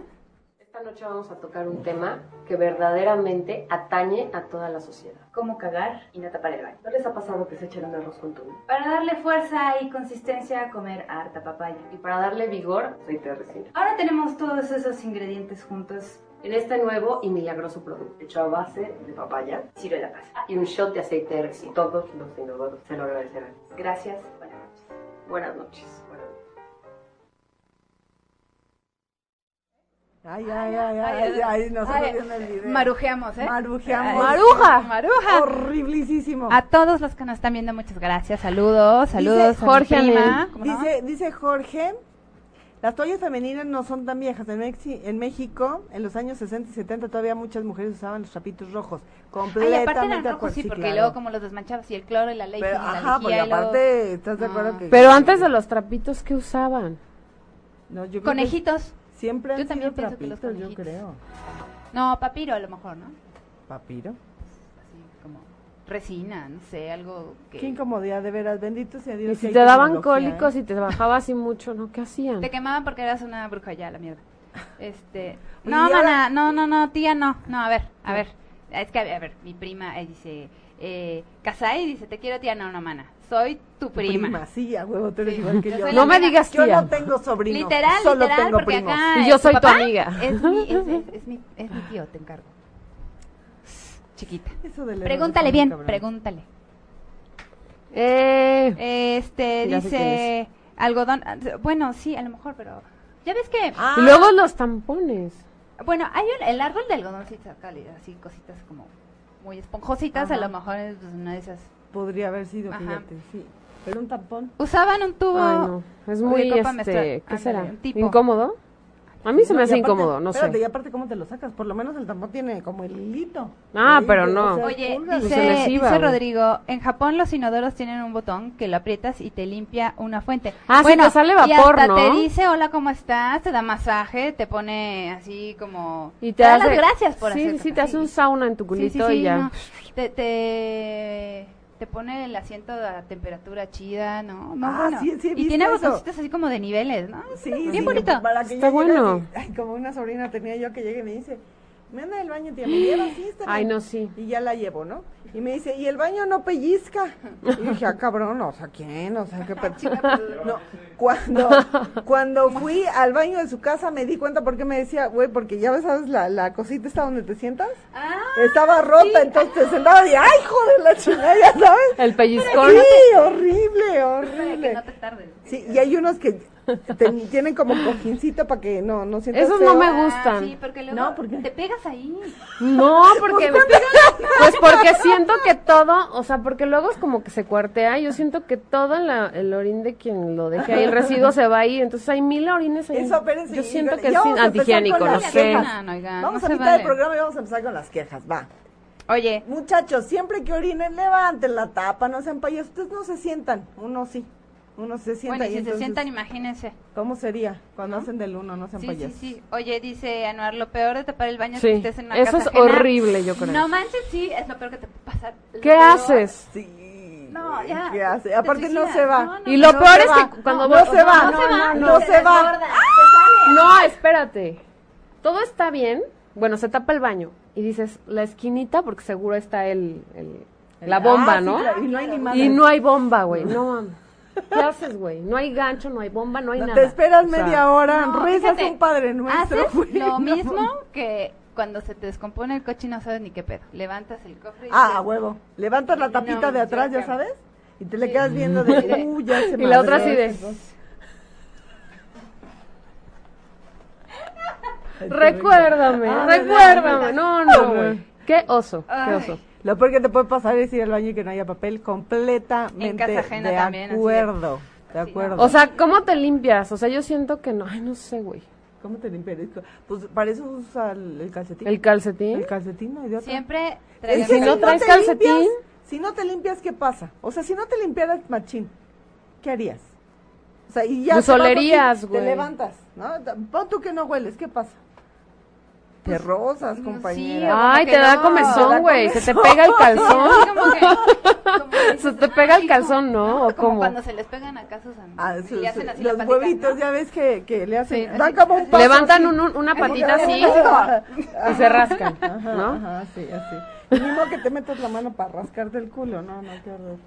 Esta noche vamos a tocar un tema que verdaderamente atañe a toda la sociedad. Cómo cagar y no tapar el baño. ¿No les ha pasado que se echan un arroz con atún? Para darle fuerza y consistencia a comer harta papaya. Y para darle vigor, aceite de resina. Ahora tenemos todos esos ingredientes juntos. En este nuevo y milagroso producto, hecho a base de papaya, sirve la casa y un shot de aceite de resina. Todos los inodoros se lo agradecerán. Gracias, buenas noches. Buenas noches. Buenas noches. Ay, ay, ay, ay, ay, ay, nosotros viendo el video. Marujeamos, ¿eh? Marujeamos. Maruja. Maruja. Horriblísimo. A todos los que nos están viendo, muchas gracias. Saludos, saludos. a mi Jorge prima, Anel. ¿cómo no? Dice, dice Jorge, Las toallas femeninas no son tan viejas. En, Mexi- en México, en los años 60 y 70, todavía muchas mujeres usaban los trapitos rojos. Ay, Completamente aparte eran de acuerdo. rojos, sí, Sí, porque claro. luego como los desmanchabas y el cloro y la ley Pero, y la ajá, porque lejía, y luego- Ah. aparte, ¿estás de acuerdo que- Pero antes de los trapitos, ¿qué usaban? No, yo creo que Conejitos. Siempre han Yo también sido pienso que los trapitos, yo conejitos. creo. No, papiro a lo mejor, ¿no? ¿Papiro? Sí, como resina, no sé, algo que... Qué incomodidad, de veras. Bendito sea Dios. Y que si hay te daban tecnología, cólicos ¿eh? y te bajaba así mucho, ¿no? ¿Qué hacían? Te quemaban porque eras una bruja ya, la mierda. Este, Oye, no, y ahora- mana, no, no, no, tía, no, no, a ver, a ver. Es que, a ver, mi prima eh, dice, eh, Casai dice, te quiero, tía, no, no, mana, soy tu Tu Prima. prima. sí, a huevo, tú eres Sí. igual que Yo yo. soy la No me amiga. digas Yo tía. no tengo sobrinos. literal, solo literal, tengo porque primos. acá... Y eh, yo tu soy tu papá amiga. Es mi, es, es- es mi, es mi tío, te encargo. Chiquita. Eso de la Pregúntale edad, bien, cabrón. pregúntale. Eh, Este, Ya sé dice, algodón, ah, bueno, sí, a lo mejor, pero... Ya ves que... Ah, y luego los tampones. Bueno, hay un- el árbol de algodón sí saca li- así cositas como muy esponjositas, a Ajá. lo mejor es pues, una de esas. Podría haber sido, Ajá. fíjate, sí. Pero un tampón. Usaban un tubo. Ay, no. Es de muy, copa mezcla- este, ¿qué ándale, será? un tipo. ¿Incómodo? A mí se No, me y hace aparte- incómodo, no espérate, Y sé. aparte, ¿cómo te lo sacas? Por lo menos el tampón tiene como el hilito. Ah, Ahí, pero o no. sea, Oye, pulgas. se les dice, iba, dice güey. Rodrigo, en Japón los inodoros tienen un botón que lo aprietas y te limpia una fuente. Ah, sí, bueno, te sale y vapor, hasta ¿no? te dice, hola, ¿cómo estás? Te da masaje, te pone así como... Y te da hace- las gracias por Sí, hacerlo. sí, te hace un sauna en tu Sí, sí, culito sí, y ya. no. Te, te, te pone el asiento a temperatura chida, ¿no? No, Ah, bueno. sí, sí, he Y visto tiene eso. botoncitos así como de niveles, ¿no? Sí, Bien sí, bonito. Para que Está yo llegue bueno. y- ay, como una sobrina tenía yo que llegue y me dice, me anda el baño, tía, me llevas, sí, está Ay, bien". no, sí. Y ya la llevo, ¿no? Y me dice, y el baño no pellizca. Y dije, ah, cabrón, o sea, ¿quién? O sea, qué pe- No, cuando, cuando fui al baño de su casa me di cuenta porque me decía, güey, porque ya ves, sabes, la, la cosita está donde te sientas. Ah, Estaba rota, entonces te sentabas y, ay, joder, la chingada, ya sabes. El pellizcón. Sí, horrible, para que horrible. no te tardes. Sí, y hay unos que ten- tienen como cojincito para que no, no sientas Esos feo. no me Ah, gustan. sí, porque luego No, porque- te pegas ahí. No, porque pues porque siento que todo, o sea, porque luego es como que se cuartea, yo siento que todo la- el orín de quien lo deje ahí, el residuo se va ahí, entonces hay mil orines ahí. Eso, espérense, yo y- siento ya que es vamos a empezar antihigiénico, con no las sé. quejas. No, no, oigan, vamos no a se mitad vale. del programa y vamos a empezar con las quejas, va. Oye, Muchachos, siempre que orinen, levanten la tapa, no sean payasos. Ustedes no se sientan, uno sí, uno se sienta. bueno, y y si entonces, se sientan, imagínense. ¿Cómo sería cuando hacen del uno, no sean Sí, sí, payasos? sí. Oye, dice Anuar, lo peor de tapar el baño es Sí, que estés en una casa eso es ajena. horrible, yo creo. No manches, sí, es lo peor que te puede pasar. Lo ¿Qué peor. haces? Sí, No, güey, ya. ¿Qué hace? te Aparte no suicidas. se va. No, no, Y lo no. peor se es va. que cuando No, voy- se va, no se va, no te se va. desbordas, te sale. No, espérate. Todo está bien. Bueno, se tapa el baño y dices la esquinita porque seguro está el, el- la bomba, Ah, sí, ¿no? claro, Y no hay ni madre. Y no hay bomba, güey. No mames. ¿Qué haces, güey? No hay gancho, no hay bomba, no hay No, nada. Te esperas O sea, media hora, No, rezas fíjate, un padre nuestro. Haces güey, lo no. mismo que cuando se te descompone el coche y no sabes ni qué pedo. Levantas el cofre y Ah, a dices, huevo. Levantas la tapita No, de atrás, yo ya creo. sabes, y te le quedas viendo de, uy, ya se Y la otra así madreó de. este dos". Recuérdame, Ah, recuérdame. No, no, Ah, güey. Qué oso, qué Ay. oso. Lo peor que te puede pasar es ir al baño y que no haya papel completamente En casa ajena de también, así de- acuerdo. De acuerdo. O sea, ¿cómo te limpias? O sea, yo siento que no, ay, no sé, güey. ¿Cómo te limpias? Pues para eso usa el, el calcetín. El calcetín. El calcetín, no idiota. Siempre Es traigo que Si no te traes limpias- calcetín- si no te limpias, ¿qué pasa? O sea, si no te limpiaras machín, ¿qué harías? O sea, y ya Pues te vas así, olerías, güey. Te levantas, ¿no? Ta- Pon tú que no hueles, ¿qué pasa? Pues, Te rozas, mm, sí, compañera. como Ay, que te da no. Te da comezón, güey. Se te comezón. pega el Así calzón. como que- como que Se dices, te pega el "Ay, calzón, ¿no? ¿O Como cómo? cuando se les pegan acá sus amigos. Ah, y su- le su- hacen así los la patica, huevitos, ¿no? ya ves que, que le hacen. Sí, dan así, como un paso así. Levantan un- un- una Así, patita ajá, así ajá, y se rascan, Ajá, ¿no? ajá, sí, así. Y ni modo que te metas la mano para rascarte el culo, no, no, qué horror.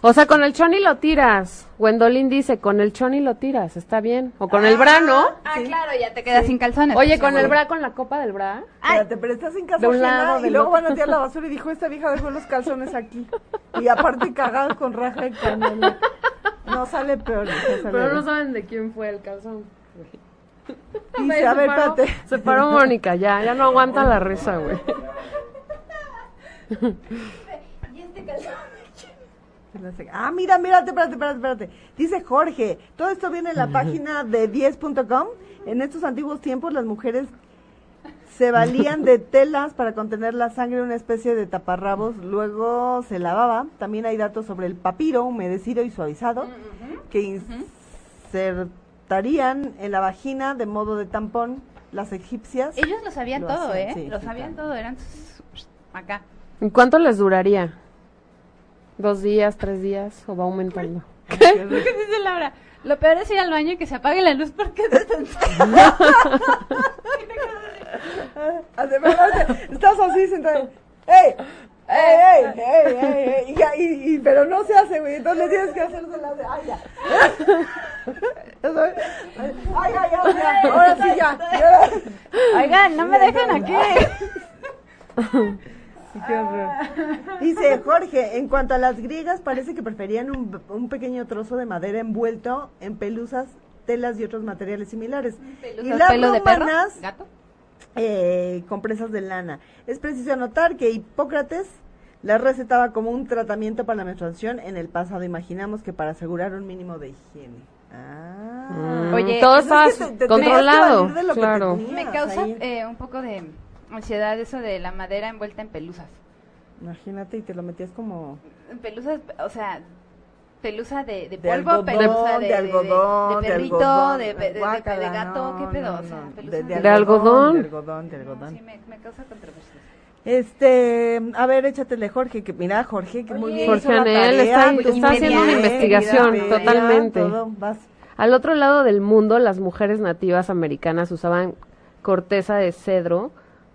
O sea, con el choni lo tiras. Gwendolyn dice, con el choni lo tiras, está bien. O con el bra, ¿no? Ah, claro, ya te quedas sin calzones. Oye, con el bra, con la copa del bra. Espérate, pero estás en casa De un ajena lado, y del luego otro. van a tirar la basura y dijo, esta vieja dejó los calzones aquí. Y aparte cagados con raja y con el- No sale peor. no sale Pero no peor. saben de quién fue el calzón. Dice, a ver, paró, espérate. se paró Mónica, ya, ya no aguanta la risa, güey. Y este calzón. que la sec- Ah, mira, mira, espérate, espérate, espérate. Dice Jorge, todo esto viene en la página de 10.com. En estos antiguos tiempos las mujeres se valían de telas para contener la sangre, una especie de taparrabos, luego se lavaba. También hay datos sobre el papiro humedecido y suavizado que insertarían en la vagina de modo de tampón las egipcias. Ellos lo sabían Lo todo, hacían, ¿eh? sí, lo sí, sabían todo, eran sus- acá. ¿Y ¿Cuánto les duraría? ¿Dos días, tres días o va aumentando? ¿Qué dice Laura? Lo peor es ir al baño y que se apague la luz porque te están- Hace- hace- Estás así sentado. ¡Ey! ¡Ey, ey, ey, ey! ey! Y ya, y- y- pero no se hace, güey. Entonces le tienes que hacerse la de. ¡Ay, ya! ¡Ay, ay, ay! ya, Ahora sí, ya. Oigan, no me dejen aquí. Dice Jorge: en cuanto a las griegas, parece que preferían un, un pequeño trozo de madera envuelto en pelusas, telas y otros materiales similares. y las ¿Pelo de perro? romanas, ¿Gato? eh, compresas de lana. Es preciso anotar que Hipócrates la recetaba como un tratamiento para la menstruación en el pasado. Imaginamos que para asegurar un mínimo de higiene. Ah. Mm, Oye, todo Pues es está que te- te tenías que controlado. valer de lo que Claro. tenías Me causa ahí. eh, un poco de ansiedad eso de la madera envuelta en pelusas. Imagínate y te lo metías como Pelusas, o sea, pelusa de, De de polvo, algodón, pelusa de, de algodón, de, de perrito, algodón. de, pe- de- de- Guácala, de gato, no, ¿qué pedo? no, o sea, no, pelusa de, de ¿De algodón, algodón? de algodón, de algodón. Sí, me, me causa controversia. Este, a ver, échatele Jorge, que mira Jorge, que muy bien Jorge hizo la Anel tarea, está- muy está haciendo una bien, investigación, bien, bien, totalmente. todo, vas. Al otro lado del mundo, las mujeres nativas americanas usaban corteza de cedro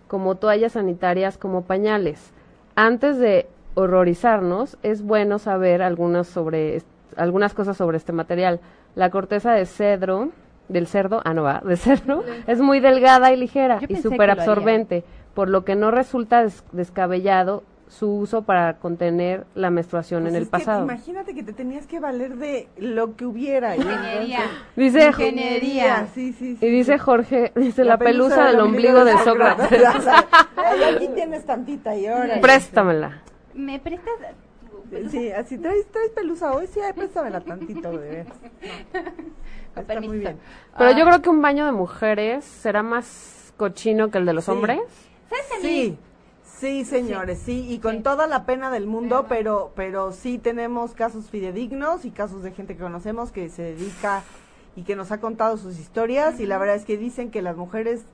como toallas sanitarias, como pañales. Antes de horrorizarnos, es bueno saber algunas, sobre, est- algunas cosas sobre este material. La corteza de cedro, del cerdo, ah, no va, de cerdo, es muy delgada y ligera Yo y pensé que lo súper haría. absorbente, por lo que no resulta des- descabellado su uso para contener la menstruación Pues en el es que pasado. imagínate que te tenías que valer de lo que hubiera. y Ingeniería. entonces- Dice Ingeniería. Sí, sí, sí. Y dice Jorge, dice la, pelusa, del ombligo, de Sócrates. Ay, aquí tienes tantita y ahora. Préstamela. ¿Me prestas tu pelusa? Sí, así traes, traes pelusa hoy, sí, ay, préstamela tantito, bebé. Con Está muy permiso. bien. Pero Ah. yo creo que un baño de mujeres será más cochino que el de los Sí. hombres. ¿Sabes a mí? Sí, sí, señores, sí, y con toda la pena del mundo, pero, pero sí tenemos casos fidedignos y casos de gente que conocemos que se dedica y que nos ha contado sus historias y la verdad es que dicen que las mujeres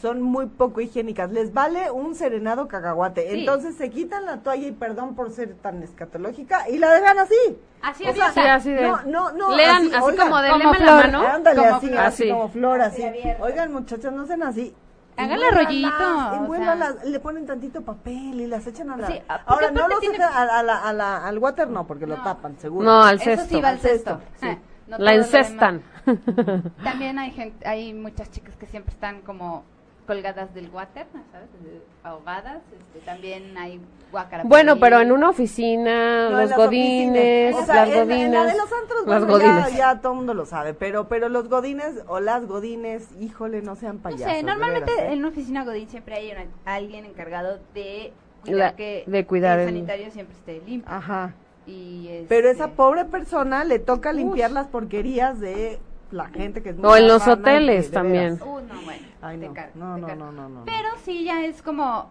son muy poco higiénicas, les vale un serenado cacahuate, Sí. entonces se quitan la toalla y perdón por ser tan escatológica y la dejan así. Así O es. sea, Sí, así de. no, no, no, Lean, así, así, oiga, como de como lema en flor. la mano. Ándale, Como así, flor. así Así. como flor, así. abierta. Oigan, muchachas, no sean así. Háganle Envuélvalas, rollito, o envuélvalas, le ponen tantito papel y las echan a la. Sí, a- porque Ahora, no aparte los tiene- echan a, a la, a la- al water, no, porque lo No. tapan, seguro. No, al Eso cesto. sí va al Al cesto, cesto. sí. Ah, no todo la lo incestan. demás. También hay gente, hay muchas chicas que siempre están como colgadas del water, ¿sabes? Eh, Ahogadas. este, también hay guácara. por bueno, ahí. pero en una oficina, No, en los las godines, oficinas. O sea, las en- godinas. en la de los antros, bueno, las ya- godines. Ya, todo el mundo lo sabe, pero, pero los godines o las godines, híjole, no sean No payasos. sé, de normalmente veras, ¿eh? en una oficina Godín siempre hay una- alguien encargado de cuidar La- que de cuidar el el- sanitario siempre esté limpio. Ajá. Y Ah. Pero este, esa pobre persona le toca limpiar las porquerías de la gente que es O en marrana los y que, hoteles de también. veras. Uh, no, bueno. Ay, te no. cargo, No, te no, cargo. no, no, no, no. Pero sí ya es como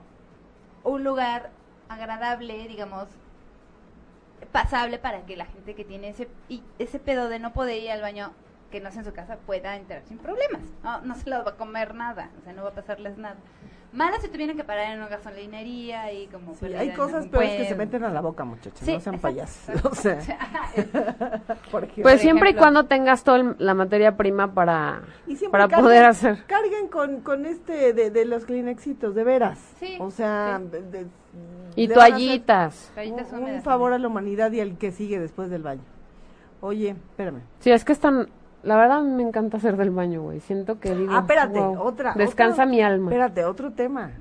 un lugar agradable, digamos, pasable para que la gente que tiene ese y ese pedo de no poder ir al baño que no sea en su casa pueda entrar sin problemas. No, no se lo va a comer nada, o sea, no va a pasarles nada. Malas se tuvieran que parar en una gasolinería y como Sí, perder hay en cosas algún peores que se pueblo. meten a la boca, muchachos. pues, Sí, no sean exacto, payasos. exacto. O sea, Ajá, es- porque- Pues Por siempre y ejemplo. cuando tengas toda la materia prima para, Y siempre para carguen- poder hacer. Carguen con, con este de, de los Kleenexitos, de veras. Sí, O sea, sí. de- de- Y le van a hacer toallitas. Toallitas un- Un húmedas favor a también. la humanidad y al que sigue después del baño. Oye, espérame. Sí, es que están. La verdad, a mí me encanta hacer del baño, güey. Siento que digo. Ah, espérate, "Wow, otra. Descansa otro- mi alma. Espérate, otro tema.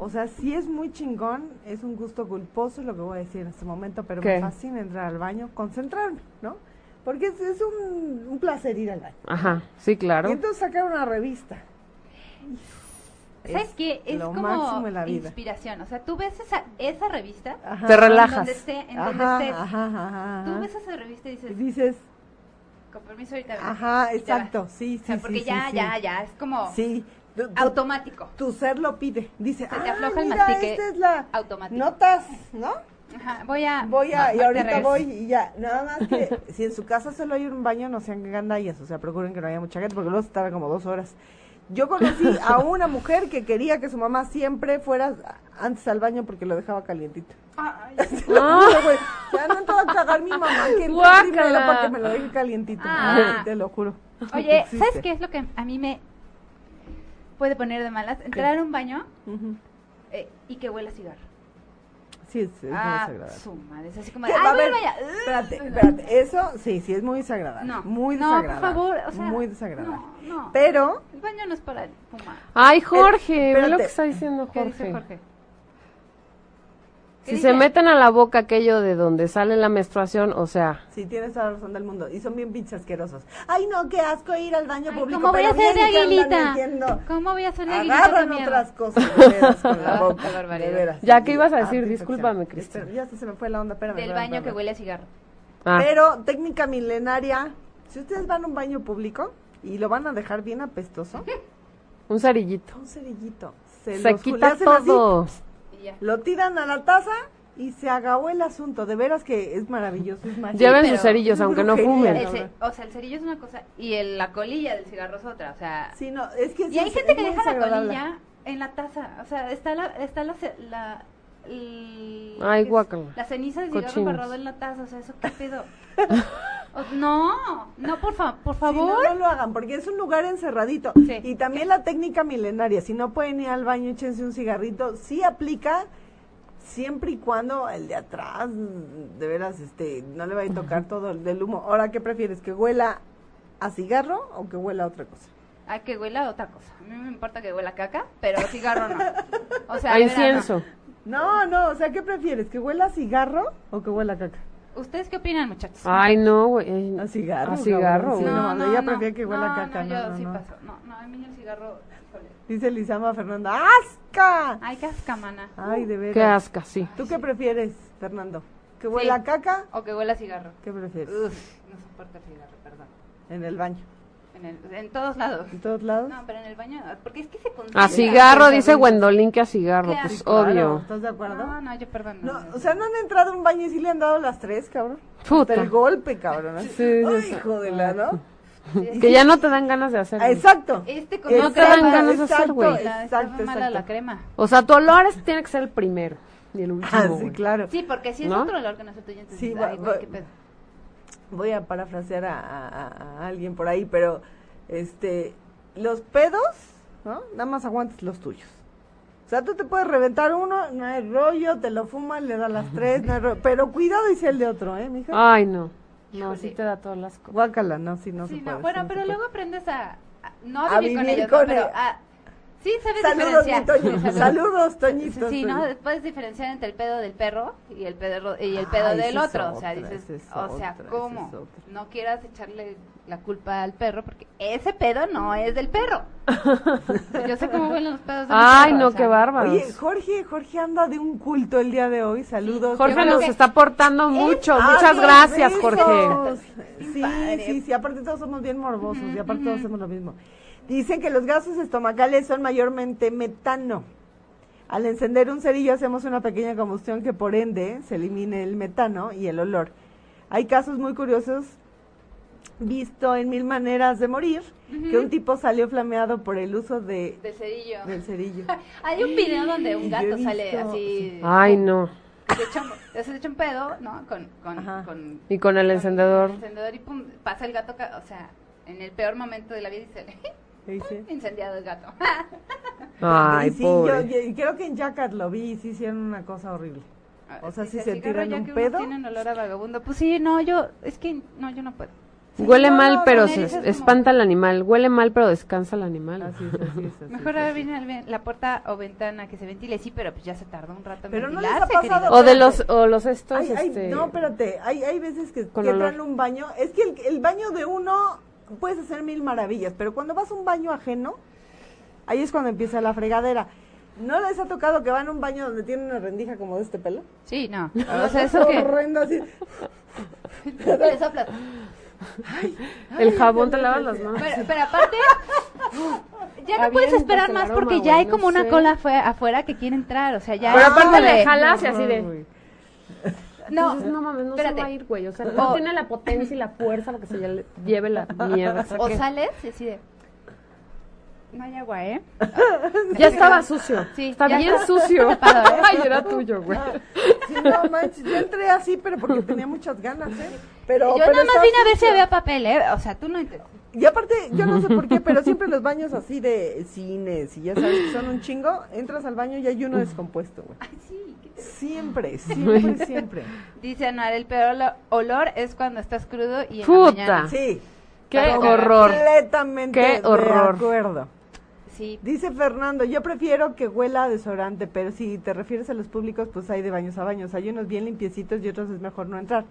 O sea, sí es muy chingón, es un gusto culposo lo que voy a decir en este momento, pero me ¿Qué? fascina entrar al baño, concentrarme, ¿no? Porque es, es un, un placer ir al baño. Ajá, sí, claro. Y entonces sacar una revista. ¿Sabes Es qué? Es lo máximo como en la vida. inspiración. O sea, tú ves esa, esa revista. Ajá. Te relajas. En donde esté, en donde Ajá, estés. ajá, ajá, ajá. Tú ves esa revista y Y dices, dices, con permiso ahorita. vengo", ajá, y te vas. exacto, sí, sí, O sea, porque sí, ya, sí, ya, sí. ya. Es como Sí, tu, tu- automático. tu ser lo pide. Dice, Se te "Ah, afloja el mira, mastique esta es la automático. notas, ¿no? Ajá, voy a. Voy a, y te ahorita regreso. voy y ya. Nada más que si en su casa solo hay un baño, no sean gandallas. O sea, procuren que no haya mucha gente porque luego se tarda como dos horas. Yo conocí a una mujer que quería que su mamá siempre fuera antes al baño porque lo dejaba calientito. Ay, Te lo Ah. juro, güey. Ya no te va a cagar mi mamá que entre Guácala. primero para que me lo deje calientito. Ah. Te lo juro. Oye, ¿sabes Existe. qué es lo que a mí me puede poner de malas? Entrar a un baño Ujú. eh, y que huela a cigarro. Sí, es, es muy ah, desagradable. su madre. Es así como, ¿Qué? de, Va a ay, voy ver, al baño. Espérate, espérate. Eso sí, sí, es muy desagradable. No, muy no, desagradable. por favor, o sea, muy desagradable. No, no. Pero, El baño no es para fumar. Ay, Jorge, ve lo espérate. que está diciendo ¿Qué Jorge. dice Jorge? ¿Qué Si dice? se meten a la boca aquello de donde sale la menstruación, o sea, sí, tienes toda la razón del mundo. Y son bien pinches asquerosos. Ay, no, qué asco ir al baño Ay, público. ¿Cómo voy a pero ser de bien que andan aguilita? metiendo- ¿Cómo voy a ser de aguilita? Agarran también? otras cosas de veras, con la Ah, boca, qué barbaridad. de veras. Ya, ¿qué ibas a decir? Ah, Discúlpame, espera, Cristina. Ya se se me fue la onda, espérame. Del espérame, baño que espérame. huele a cigarro. ah, Pero técnica milenaria, si ustedes van a un baño público y lo van a dejar bien apestoso, un zarillito. un cerillito. Se, Se los ju- le quita hacen así, todo. Y ya. lo tiran a la taza y se acabó el asunto. De veras que es maravilloso. Es magia. Lleven pero sus cerillos, es aunque no brujería, fumen. El ce- cabrón. o sea, el cerillo es una cosa y el- la colilla del cigarro es otra. O sea, Sí, no, es que y sí, hay es- gente es que muy deja la desagradable. colilla en la taza. O sea, está la. Está la, ce- la el- Ay, ¿qué es? guácala. La ceniza del cigarro Cochinos. embarrado en la taza. O sea, ¿eso qué pedo? O- no, no, por, fa- por Sí, no, favor. no lo hagan porque es un lugar encerradito. Sí. Y también la técnica milenaria, si no pueden ir al baño, échense un cigarrito, sí aplica siempre y cuando el de atrás, de veras, este, no le vaya a tocar todo el del humo. Ahora, ¿qué prefieres? ¿Que huela a cigarro o que huela a otra cosa? Ay, que huela a otra cosa. A mí me importa que huela a caca, pero cigarro no. O sea, A de verdad, no. Ah, incienso. No, no, o sea, ¿qué prefieres? ¿Que huela a cigarro o que huela a caca? ¿Ustedes qué opinan, muchachos? Ay, no, güey. A cigarro. A cigarro. cabrón, sí, no, ella prefiere que huela a no, caca, No, no, yo no, sí no. paso. No, no, a mí el cigarro. híjole. Dice Lizama Fernanda, ¡asca! Ay, qué ascamana. Ay, de veras. Qué asca, sí. ¿Tú qué prefieres, Fernando? ¿Que huela Sí. a caca? O que huela a cigarro. ¿Qué prefieres? Uf, no soporto el cigarro, perdón. En el baño. En, el- en todos lados. ¿En todos lados? No, pero en el baño, porque es que se concentra. A cigarro, dice Horrible. Gwendolyn que a cigarro, Claro. pues Sí, Claro, obvio. ¿Estás de acuerdo? No, no, yo perdón. No, No, o sea, no han entrado a un baño y sí le han dado las tres, cabrón. Puta. Hasta el golpe, cabrón. así. Sí, sí, Ay, sí. hijo de la, ¿no? Que ya no te dan ganas de hacerlo. Ah, exacto. Este con No te Exacto, dan ganas de exacto, hacer, güey. Exacto, Exacto, exacto. mala la crema. O sea, tu olor es- tiene que ser el primero y el último. Ah, sí, güey. claro. Sí, porque si es ¿No? otro olor que no es el tuyo, entonces, Sí, sí, va- ay, güey, va- qué pedo. Voy a parafrasear a, a- a- a alguien por ahí, pero este, los pedos, ¿no? Nada más aguantes los tuyos. O sea, tú te puedes reventar uno, no hay rollo, te lo fumas, le da las tres, no hay rollo. Pero cuidado y sea el de otro, ¿eh, mija? Ay, no. No, Híjole. sí te da todas las cosas. Guácala, no, si no Sí, se no, puede. bueno, sí, no se pero puede. luego aprendes a, a- no a A vivir, con vivir ellos, con no, pero el- a- sí sabes Saludos, mi diferenciar. Toño. Sí, Saludos, Sí, Toñito. sí, ¿no? Puedes diferenciar entre el pedo del perro y el pedo, y el pedo Ah, del esa es otro. o sea, otra, dices, esa es o sea, otra, ¿cómo? esa es otra. no quieras echarle la culpa al perro porque ese pedo no es del perro. Yo sé cómo huelen los pedos de los Ay, perros, no, o sea, qué bárbaro. Oye, Jorge, Jorge anda de un culto el día de hoy. Saludos. Jorge Jorge bueno nos que- está aportando mucho. Muchas ¿Eh? Ay, gracias, besos. Jorge. Sí, sí, sí, aparte todos somos bien morbosos y aparte todos hacemos lo mismo. Dicen que los gases estomacales son mayormente metano. Al encender un cerillo hacemos una pequeña combustión que por ende se elimine el metano y el olor. Hay casos muy curiosos visto en mil maneras de morir, que un tipo salió flameado por el uso de, Del cerillo. del cerillo. Hay un video Pues, donde Yo he un gato visto- sale así. Ay, no. Se echa, un- se echa un pedo, ¿no? Con, Ajá. con, con Y con el encendedor. El encendedor y pum, pasa el gato, ca- o sea, en el peor momento de la vida dice, ¿Qué dice? incendiado el gato. Ay, y sí, yo, pobre. yo- creo que en Jackass lo vi y sí hicieron una cosa horrible. O sea, si Ah, Dice, se "El cigarro tiran ya un que unos pedo". Tienen olor a vagabundo. Pues sí, no, yo, es que, no, yo no puedo. Pues Huele No, mal, no, pero con se erizas como- espanta al animal. Huele mal, pero descansa el animal. Así es, así es. así Mejor es, así abrir al- la puerta o ventana que se ventile, sí, pero pues ya se tardó un rato en Pero no les ha ventilarse, pasado- querido. O de los, o los estos, Ay, ay, este. no, espérate, hay, hay veces que, Con que olor. entran a un baño, es que el, el baño de uno puedes hacer mil maravillas, pero cuando vas a un baño ajeno, Ahí es cuando empieza la fregadera. ¿No les ha tocado que van a un baño donde tienen una rendija como de este pelo? Sí, no. Ah, O sea, eso que... horrendo, así. le soplas. El jabón te lavas las manos. Pero, pero aparte, ya no puedes Avientas esperar el más aroma, porque ya güey, hay no como una sé. cola afue- afuera que quiere entrar, o sea, ya... Pero es aparte como de- le jalas y así de. No, Entonces, no Oh. mames, no espérate. se va a ir, güey. O sea, no O- tiene la potencia y la fuerza para que se ya le- lleve la mierda. O sea, O que- sales y así de... No hay agua, ¿eh? ya estaba sucio. Sí, está ya bien está- sucio. está tapado, ¿eh? Ay, era tuyo, güey. Sí, no manches, yo entré así, pero porque tenía muchas ganas, ¿eh? Pero, Yo pero nada más está vine a ver si sucio. había papel, ¿eh? O sea, tú no entiendes. Y aparte, yo no sé por qué, pero siempre los baños así de cines y ya sabes que son un chingo, entras al baño y hay uno descompuesto, güey. Siempre, siempre, siempre. Dice Anuar, el peor olo- olor es cuando estás crudo y en Puta. la mañana. Sí. Qué Pero horror. Completamente Qué horror. de acuerdo. Sí. Dice Fernando, yo prefiero que huela a desodorante, pero si te refieres a los públicos, pues hay de baños a baños. Hay unos bien limpiecitos y otros es mejor no entrar.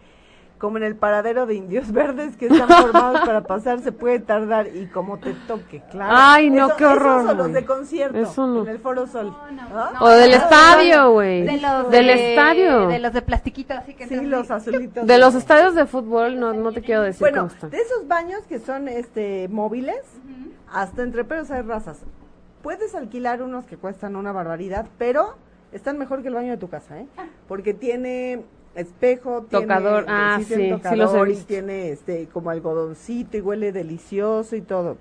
Como en el paradero de indios verdes que están formados para pasar, se puede tardar y como te toque, claro. Ay, no, qué horror, Esos son los güey. de concierto, Eso no. en el Foro Sol. ¿Ah? O del estadio, De güey. los Del de- estadio. De los de plastiquito, así que... Sí, entonces- los azulitos. De los estadios de fútbol, no, no te quiero decir Bueno, cómo están. de esos baños que son este móviles, hasta entre perros hay razas. Puedes alquilar unos que cuestan una barbaridad, pero están mejor que el baño de tu casa, ¿eh? Porque tiene espejo, tiene- Ah. Tocador, ah, tiene sí, sí los he tocador y visto. tiene este como algodoncito y huele delicioso y todo.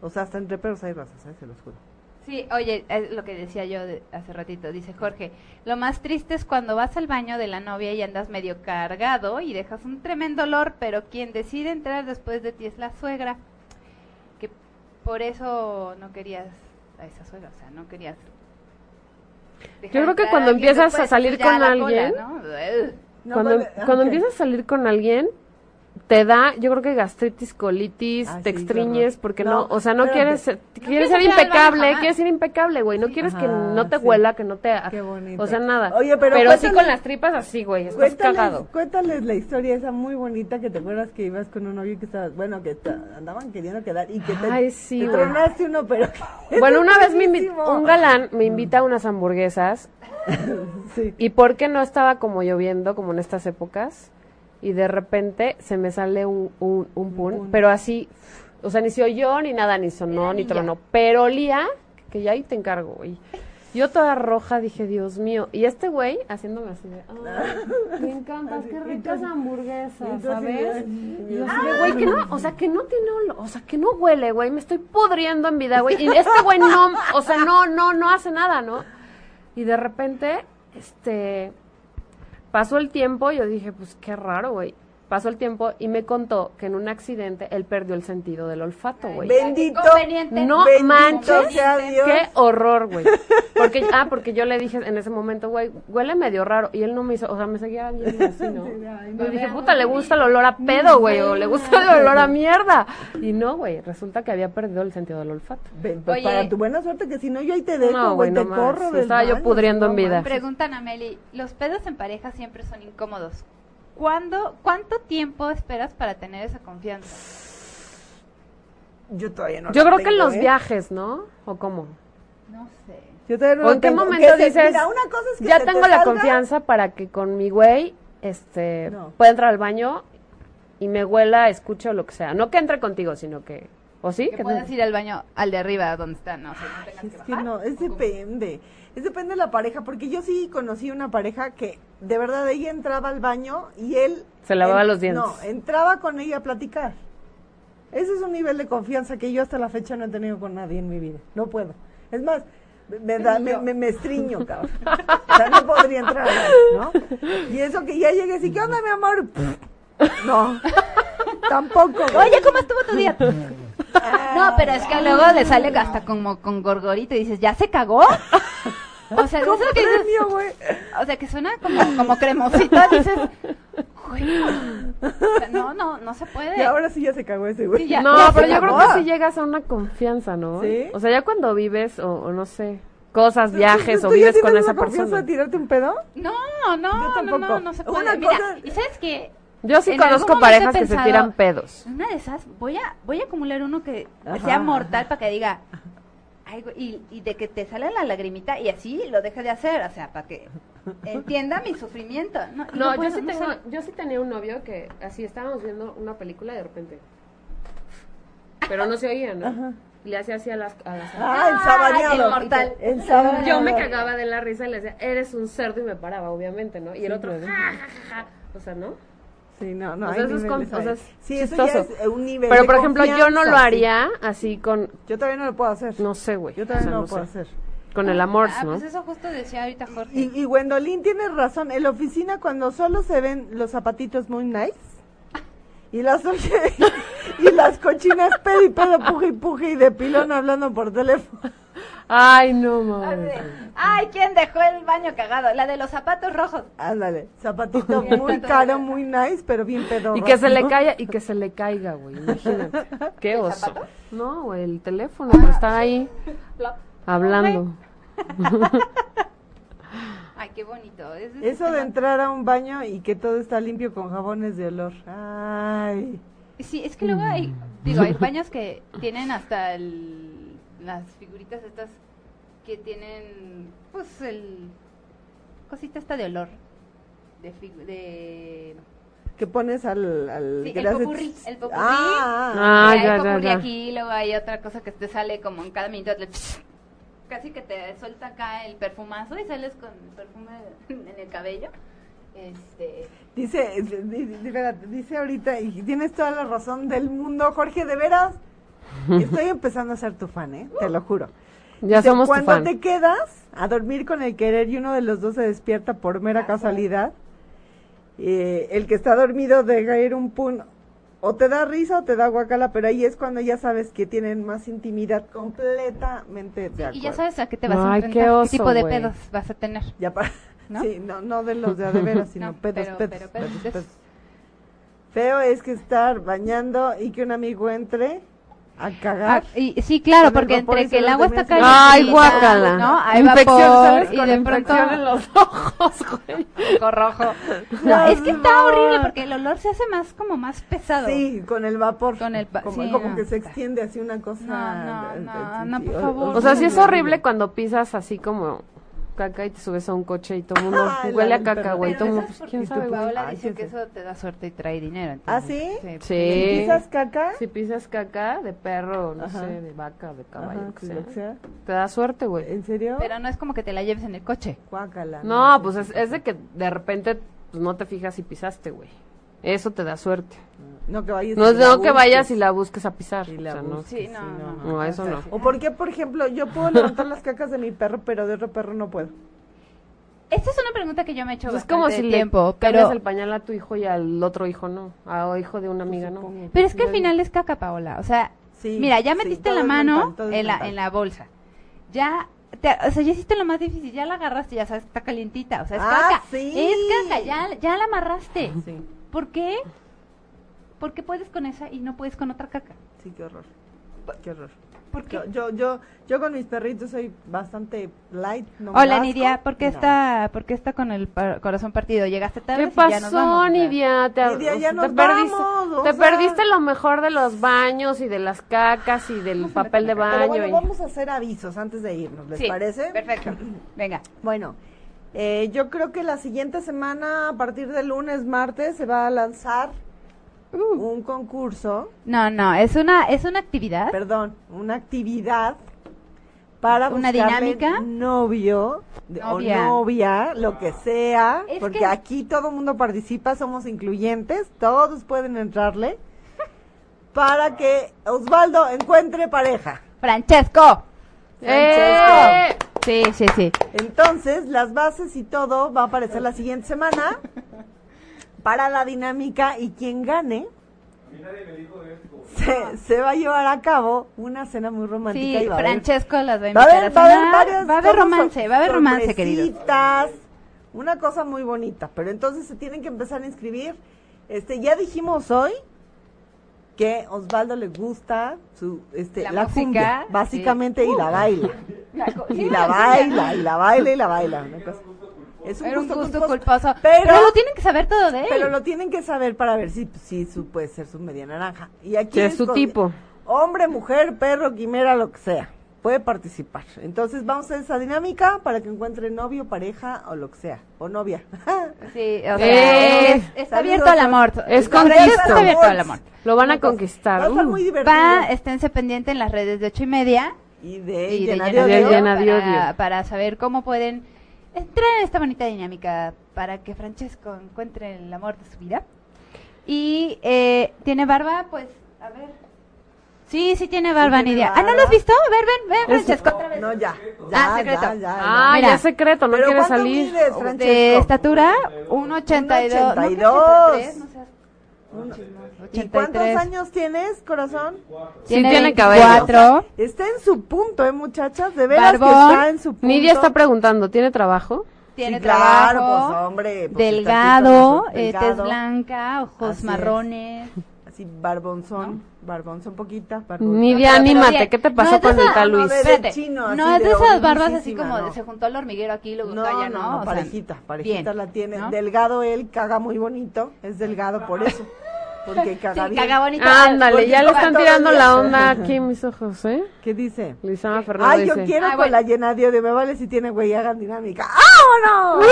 O sea, hasta entre perros hay razas, ¿eh? se los juro. Sí, oye, es lo que decía yo de- hace ratito, dice Jorge, lo más triste es cuando vas al baño de la novia y andas medio cargado y dejas un tremendo olor, pero quien decide entrar después de ti es la suegra, que por eso no querías a esa suegra, o sea, no querías... dejar creo que entrar cuando alguien empiezas a después, salir ya con la alguien- cola, ¿no? Ugh. No, cuando vale, ah, cuando ok. empiezas a salir con alguien, te da, yo creo que gastritis, colitis, Ah, te sí, extriñes, qué horror. porque No, no, o sea, no espérate. quieres, ser- quieres quieres ser ir al baño impecable, jamás. quieres ser impecable, güey, no quieres que Ajá, no te Ah, sí. huela, que no te, Qué bonito. o sea, nada. Oye, pero sí cuéntale- con las tripas así, güey, estás Cuéntales, cagado. cuéntales la historia esa muy bonita que te acuerdas que ibas con un novio que estaba, bueno, que ta- andaban queriendo quedar y que te, Ay, sí, te güey. tronaste uno, pero que- Bueno, una vez me invi- buenísimo. un galán me invita a unas hamburguesas Sí. y porque no estaba como lloviendo como en estas épocas y de repente se me sale un, un, un pun, pero así, o sea, ni se oyó ni nada, ni sonó, ni tronó, pero olía, que ya ahí te encargo, güey. Yo toda roja dije, Dios mío, y este güey haciéndome así de, "Ay, me encantas, qué ricas hamburguesas, Entonces, ¿sabes? ay, Y yo Dios así de, güey, que no, o sea, que no tiene olor, o sea, que no huele, güey, me estoy pudriendo en vida, güey. Y este güey no, o sea, no, no, no hace nada, ¿no? Y de repente, este, pasó el tiempo, yo dije, pues qué raro, güey. Pasó el tiempo y me contó que en un accidente él perdió el sentido del olfato, güey. Bendito. Qué conveniente. No Bendito manches, sea Dios. qué horror, güey. Porque, ah, porque yo le dije en ese momento, güey, huele medio raro. Y él no me hizo, o sea, me seguía viendo así, ¿no? Yo dije, puta, le gusta el olor a pedo, güey, o le gusta el olor a mierda. Y no, güey, resulta que había perdido el sentido del olfato. Ven, pues, Oye. para tu buena suerte, que si no, yo ahí te dejo, No, güey, güey, te no corro. más. del Estaba yo baño, pudriendo en vida. Preguntan a Meli, los pedos en pareja siempre son incómodos. ¿Cuándo, ¿Cuánto tiempo esperas para tener esa confianza? Yo todavía no Yo la creo que en tengo, los ¿eh? viajes, ¿no? ¿O cómo? No sé. Yo todavía no ¿O la en qué tengo. momento Que se- dices, mira, una cosa es que ya se te tengo la salga, confianza para que con mi güey, este, No. pueda entrar al baño y me huela, escucho lo que sea. No que entre contigo, sino que, ¿o sí? Que Que- puedas ir al baño, al de arriba, donde están, no sé, no tengas Es que que bajar. no, es ¿O cómo? depende. Es depende de la pareja, porque yo sí conocí una pareja que de verdad ella entraba al baño y él. Se lavaba en- los dientes. No, entraba con ella a platicar. Ese es un nivel de confianza que yo hasta la fecha no he tenido con nadie en mi vida. No puedo. Es más, me- me, da- me, me- me estriño, cabrón. O sea, no podría entrar, ¿no? Y eso que ya llegué así, ¿qué onda, mi amor? No. Tampoco. güey. Oye, ¿cómo estuvo tu día? No, pero es que luego le sale hasta como con gorgorito y dices, ¿ya se cagó? O sea, eso que dices- Premio, güey. o sea, que suena como, como cremosita, dices, "Güey, o sea, no, no, no se puede. Y ahora sí ya se cagó ese güey. Sí, ya- no, ya se pero yo creo acabó. que sí llegas a una confianza, ¿no? ¿Sí? O sea, ya cuando vives, o, o no sé, cosas, ¿Tú- viajes, tú- o tú ya vives con tienes esa la confianza persona. de tirarte un pedo? No, no, no, no, tampoco. no, se puede. Una Mira, cosa- y sabes que Yo sí en conozco algún momento parejas he que se pensado, tiran pedos. Una de esas, voy a, voy a acumular uno que Ajá. sea mortal para que diga, "Ay, ay, güey, y, y de que te sale la lagrimita y así lo deje de hacer, o sea, para que entienda mi sufrimiento. No, y No, yo, pues, puedo, sí no tengo, sé. yo sí tenía un novio que así estábamos viendo una película y de repente. Pero no se oía, ¿no? Y le hacía así a las. A las Ah, el sabaneado. el mortal. El sabaneado. Yo me cagaba de la risa y le decía, eres un cerdo y me paraba, obviamente, ¿no? Y el Sí, otro, claro. "Ja, ja, ja, ja". O sea, ¿no? Sí, no, no. O hay sea, eso es niveles con- o sea, ahí. es sí, eso ya chistoso. es eh, un nivel. Pero de por ejemplo, yo no lo confianza, haría así con. sí. Yo todavía no lo puedo hacer. No sé, güey. Yo todavía O sea, no lo sé. puedo hacer. Con el amor, Ah, ¿no? pues eso justo decía ahorita Jorge. Y, y Gwendolyn tiene razón. En la oficina, cuando solo se ven los zapatitos muy nice y las, oye- y las cochinas pedo y pedo, puje y puje y de pilón hablando por teléfono. Ay, no, Así mames. de, Ay, ¿quién dejó el baño cagado? La de los zapatos rojos. Ándale, zapatito muy caro, muy nice, pero bien pedo. Y que se le caiga, y que se le caiga, güey, imagínate. Qué oso. No, güey, el teléfono, pues, Ah, está ahí hablando. Ay, qué bonito. es- es- Eso de entrar a un baño y que todo está limpio con jabones de olor. Ay. Sí, es que luego hay, Mm. digo, hay baños que tienen hasta el- las figuritas estas que tienen, pues, el cosita esta de olor, de, figu- de Que pones al. al Sí, el que le hace popurrí, tss. el popurrí. Ah, Ah, Y hay ya, ya, popurrí ya. aquí, luego hay otra cosa que te sale como en cada minuto, le- casi que te suelta acá el perfumazo y sales con el perfume en el cabello, este... Dice, di- di- di- espérate, dice ahorita, y tienes toda la razón del mundo, Jorge, de veras. Estoy empezando a ser tu fan, ¿eh? Te lo juro. Ya Dice, somos tu Cuando fan. te quedas a dormir con el querer y uno de los dos se despierta por mera casualidad, eh, el que está dormido deja ir un pun. O te da risa o te da guacala, pero ahí es cuando ya sabes que tienen más intimidad completamente de acuerdo. Y ya sabes a qué te vas a Ay, enfrentar, qué oso, tipo de güey. pedos vas a tener. Ya para- ¿No? Sí, no, no de los de a de veras, sino No, pedos, pero- pedos, pedos, pero pedos, pedos. pedos. Feo es que estar bañando y que un amigo entre a Ah, cagar. y, sí, Con claro, el porque vapor y entre que se el los agua está demás. caliente, Ay, guácala. ¿no? Hay infección, vapor ¿sabes? y Con de pronto infección en los ojos, güey. Ojo rojo. No, es que está horrible porque el olor se hace más como más pesado. Sí, con el vapor. Con el va- como, sí, como no. que se extiende así una cosa. No, no, eh, no, eh, no, sí, por o- favor. O sea, sí es horrible cuando pisas así como caca y te subes a un coche y todo el mundo Ay, la huele a del perro. caca, güey. Pero Todo el mundo, eso es pues, porque quién tu sabe, güey. Paola Ay, dice sí, que sí. eso te da suerte y trae dinero. ¿Ah, entonces, sí? Sí. ¿Pisas caca? Si pisas caca de perro, no Ajá. sé, de vaca, de Ajá, caballo, lo que sí, sea, lo que sea. Te da suerte, güey. ¿En serio? Pero no es como que te la lleves en el coche. Guácala, No, pues es, es de que de repente pues, no te fijas si pisaste, güey. Eso te da suerte. No que vayas. No y es la no que vayas y busques. la busques a pisar. Y la o sea, no. busques, Sí, no, no, no. No, eso no. O porque, por ejemplo, yo puedo levantar las cacas de mi perro, pero de otro perro no puedo. Esta es una pregunta que yo me he hecho Pues es bastante como si tiempo, le cambias pero el pañal a tu hijo y al otro hijo no, a hijo de Pues una amiga no. pero es que al final es caca, Paola. O sea, Sí, mira, ya sí, metiste todo la es mano mental, todo es en, la, mental. en la bolsa. Ya te- o sea, ya hiciste lo más difícil, ya la agarraste, ya sabes, está calientita, o sea, es Ah, caca. sí. Ah, Es caca, ya, ya la amarraste. ¿Por qué? ¿Por qué puedes con esa y no puedes con otra caca? Sí, qué horror. Qué horror. ¿Por qué? Yo, yo, yo, yo con mis perritos soy bastante light. No me da Hola asco. Nidia, ¿por qué No. está, por qué está con el par- corazón partido? Llegaste tarde ¿Qué y ya nos vamos, pasó, o sea. Nidia? Te, Nidia, o ya sea, nos te perdiste, vamos, o te sea. perdiste lo mejor de los baños y de las cacas y del papel de Pero baño. bueno, y- vamos a hacer avisos antes de irnos, ¿les Sí, parece? Perfecto. Venga. Bueno, eh, yo creo que la siguiente semana, a partir de lunes, martes, se va a lanzar Uh. un concurso, No, no, es una es una actividad. perdón, una actividad para ¿Una buscarle dinámica? novio de- Novia. o novia, lo que sea, Es porque que- aquí todo el mundo participa, somos incluyentes, todos pueden entrarle para que Osvaldo encuentre pareja. Francesco. ¡Eh! Sí, sí, sí. Entonces, las bases y todo va a aparecer la siguiente semana para la dinámica y quien gane se, se va a llevar a cabo una cena muy romántica. Sí, y va a haber- Francesco las va a va a invitar a haber, va a haber cenar. varias Va a haber cosas, romance, va a haber romance, queridos. sorpresitas, Una cosa muy bonita, pero entonces se tienen que empezar a inscribir. Este, ya dijimos hoy que Osvaldo le gusta su este la, La música, cumbia, sí. Uh. básicamente y la baila. y la baila, y la baila, y la baila. una cosa. Es Era un gusto culposo, culposo. Pero, Pero, lo tienen que saber todo de él. pero lo tienen que saber para ver si, si su, puede ser su media naranja. Y aquí Que es su tipo. Hombre, mujer, perro, quimera, lo que sea. puede participar. Entonces vamos a esa dinámica para que encuentre novio, pareja o lo que sea, o novia. Sí, o sea, Eh, es- está abierto al amor. Es Está abierto- Está conquista. abierto al amor. Lo van Una a cosa. pues, Va conquistar. a estar uh. muy divertido. Va, esténse pendiente en las redes de ocho y media Y de, y de llenar llena de Odio. odio Llena de para, Odio. para saber cómo pueden entrar en esta bonita dinámica para que Francesco encuentre el amor de su vida. Y eh, tiene barba, pues, a ver. Sí, sí tiene barba, tiene Nidia. Ah, ¿no barba. lo has visto? A ver, ven, ven, Francesco, otra vez. No, ya. ya Ah, secreto. Ya, ya, Ah, Mira. ya es secreto, no ¿Pero quiere cuánto salir. mides, De Francesco? estatura, 1,82. 1,82. No, 1,83, no seas- ¿Y cuántos 83. años tienes, corazón? Sí tiene cabello. Cuatro. Está en su punto, ¿eh, muchachas? De veras que Barbón. está en su punto. Nidia está preguntando, ¿tiene trabajo? Tiene Sí, claro, trabajo. pues, hombre, pues, delgado, tantito, eh, tez delgado. blanca, ojos Así es. marrones. Así, barbonzón, barbonzón poquita. Barbonzón. Nidia, Pero anímate, bien. ¿qué te No, pasó con entonces, el tal no, Luis? de- Espérate, chino, así no es de de esas barbas así horrorísima, como de no. se juntó el hormiguero aquí, luego No, acá, ya no, no, no, O sea, parejita, parejita bien, la tiene. ¿no? Delgado él, caga muy bonito, es delgado por eso, porque Sí, caga bien. caga bonito. Ándale, Porque ya le toca están todo tirando el día. la onda aquí en mis ojos, ¿eh? ¿Qué dice? Lisana Ay, Fernández. yo dice, quiero Ah, con bueno. la llena de odio, me vale si tiene güey, hagan dinámica. ¡Uy! ¡Vámonos!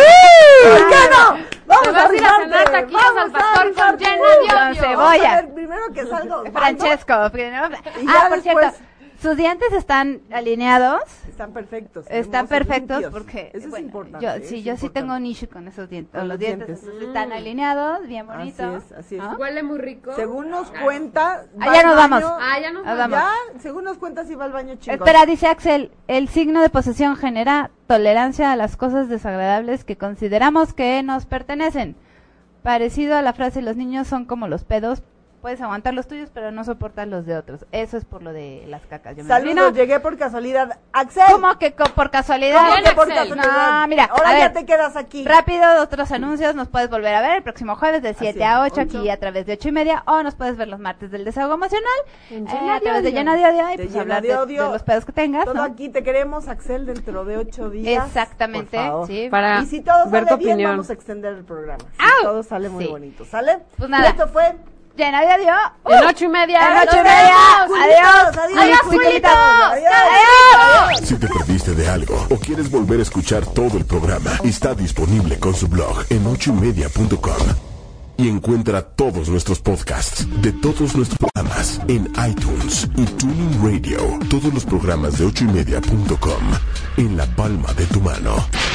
¿Por qué no? Vamos ¡Ah, Te vas a ir a cenar rifarte, taquitos al vamos a pastor con rifarte. llena de odio. Con cebolla. Vamos a ver, primero que salga Osvaldo, Francesco. primero- Y Ah, ya después- por cierto, sus dientes están alineados. Están perfectos. Están hermosos, perfectos limpios. porque Eso bueno, es importante. Yo, es sí, yo sí importante. tengo un issue con esos dientes. Con los los dientes, dientes. Mm. entonces, están alineados, bien Así bonito. es, así es. ¿no? Huele muy rico. Según nos cuenta. Ah, va ya al nos baño- vamos. Ah, ya nos Ah, vamos. vamos. Ya, según nos cuenta, si va al baño chingón. Espera, dice Axel, el signo de posesión genera tolerancia a las cosas desagradables que consideramos que nos pertenecen. Parecido a la frase, los niños son como los pedos, puedes aguantar los tuyos, pero no soportas los de otros. Eso es por lo de las cacas. Yo me Saludos, imagino. llegué por casualidad. Axel. ¿Cómo que co- por casualidad? ¿Cómo que por Axel? casualidad? No, mira, Ahora a ya ver. te quedas aquí. Rápido, otros anuncios, nos puedes volver a ver el próximo jueves de 7 a es, 8 aquí ocho. a través de 8 y media o nos puedes ver los martes del desahogo emocional En eh, Llena a de través de Odio. llena de odio y De pues Llena hablar de de, de Odio. los pedos que tengas, Todo ¿no? aquí te queremos, Axel, dentro de ocho días. Exactamente, por favor. sí. Para Y si todo ver tu sale bien, opinión. vamos a extender el programa. Si ¡Au! todo sale muy Sí. bonito, ¿sale? Pues nada. Y esto fue. Llena de odio. ¡Uh! En ocho y media. En nos ocho y vemos. media. Adiós, Adiós. adiós, Adiós, Julito. Julito. Adiós. Adiós. Si te perdiste de algo o quieres volver a escuchar todo el programa, está disponible con su blog en ochoymedia.com. Y encuentra todos nuestros podcasts de todos nuestros programas en iTunes y Tuning Radio. Todos los programas de ochoymedia.com en la palma de tu mano.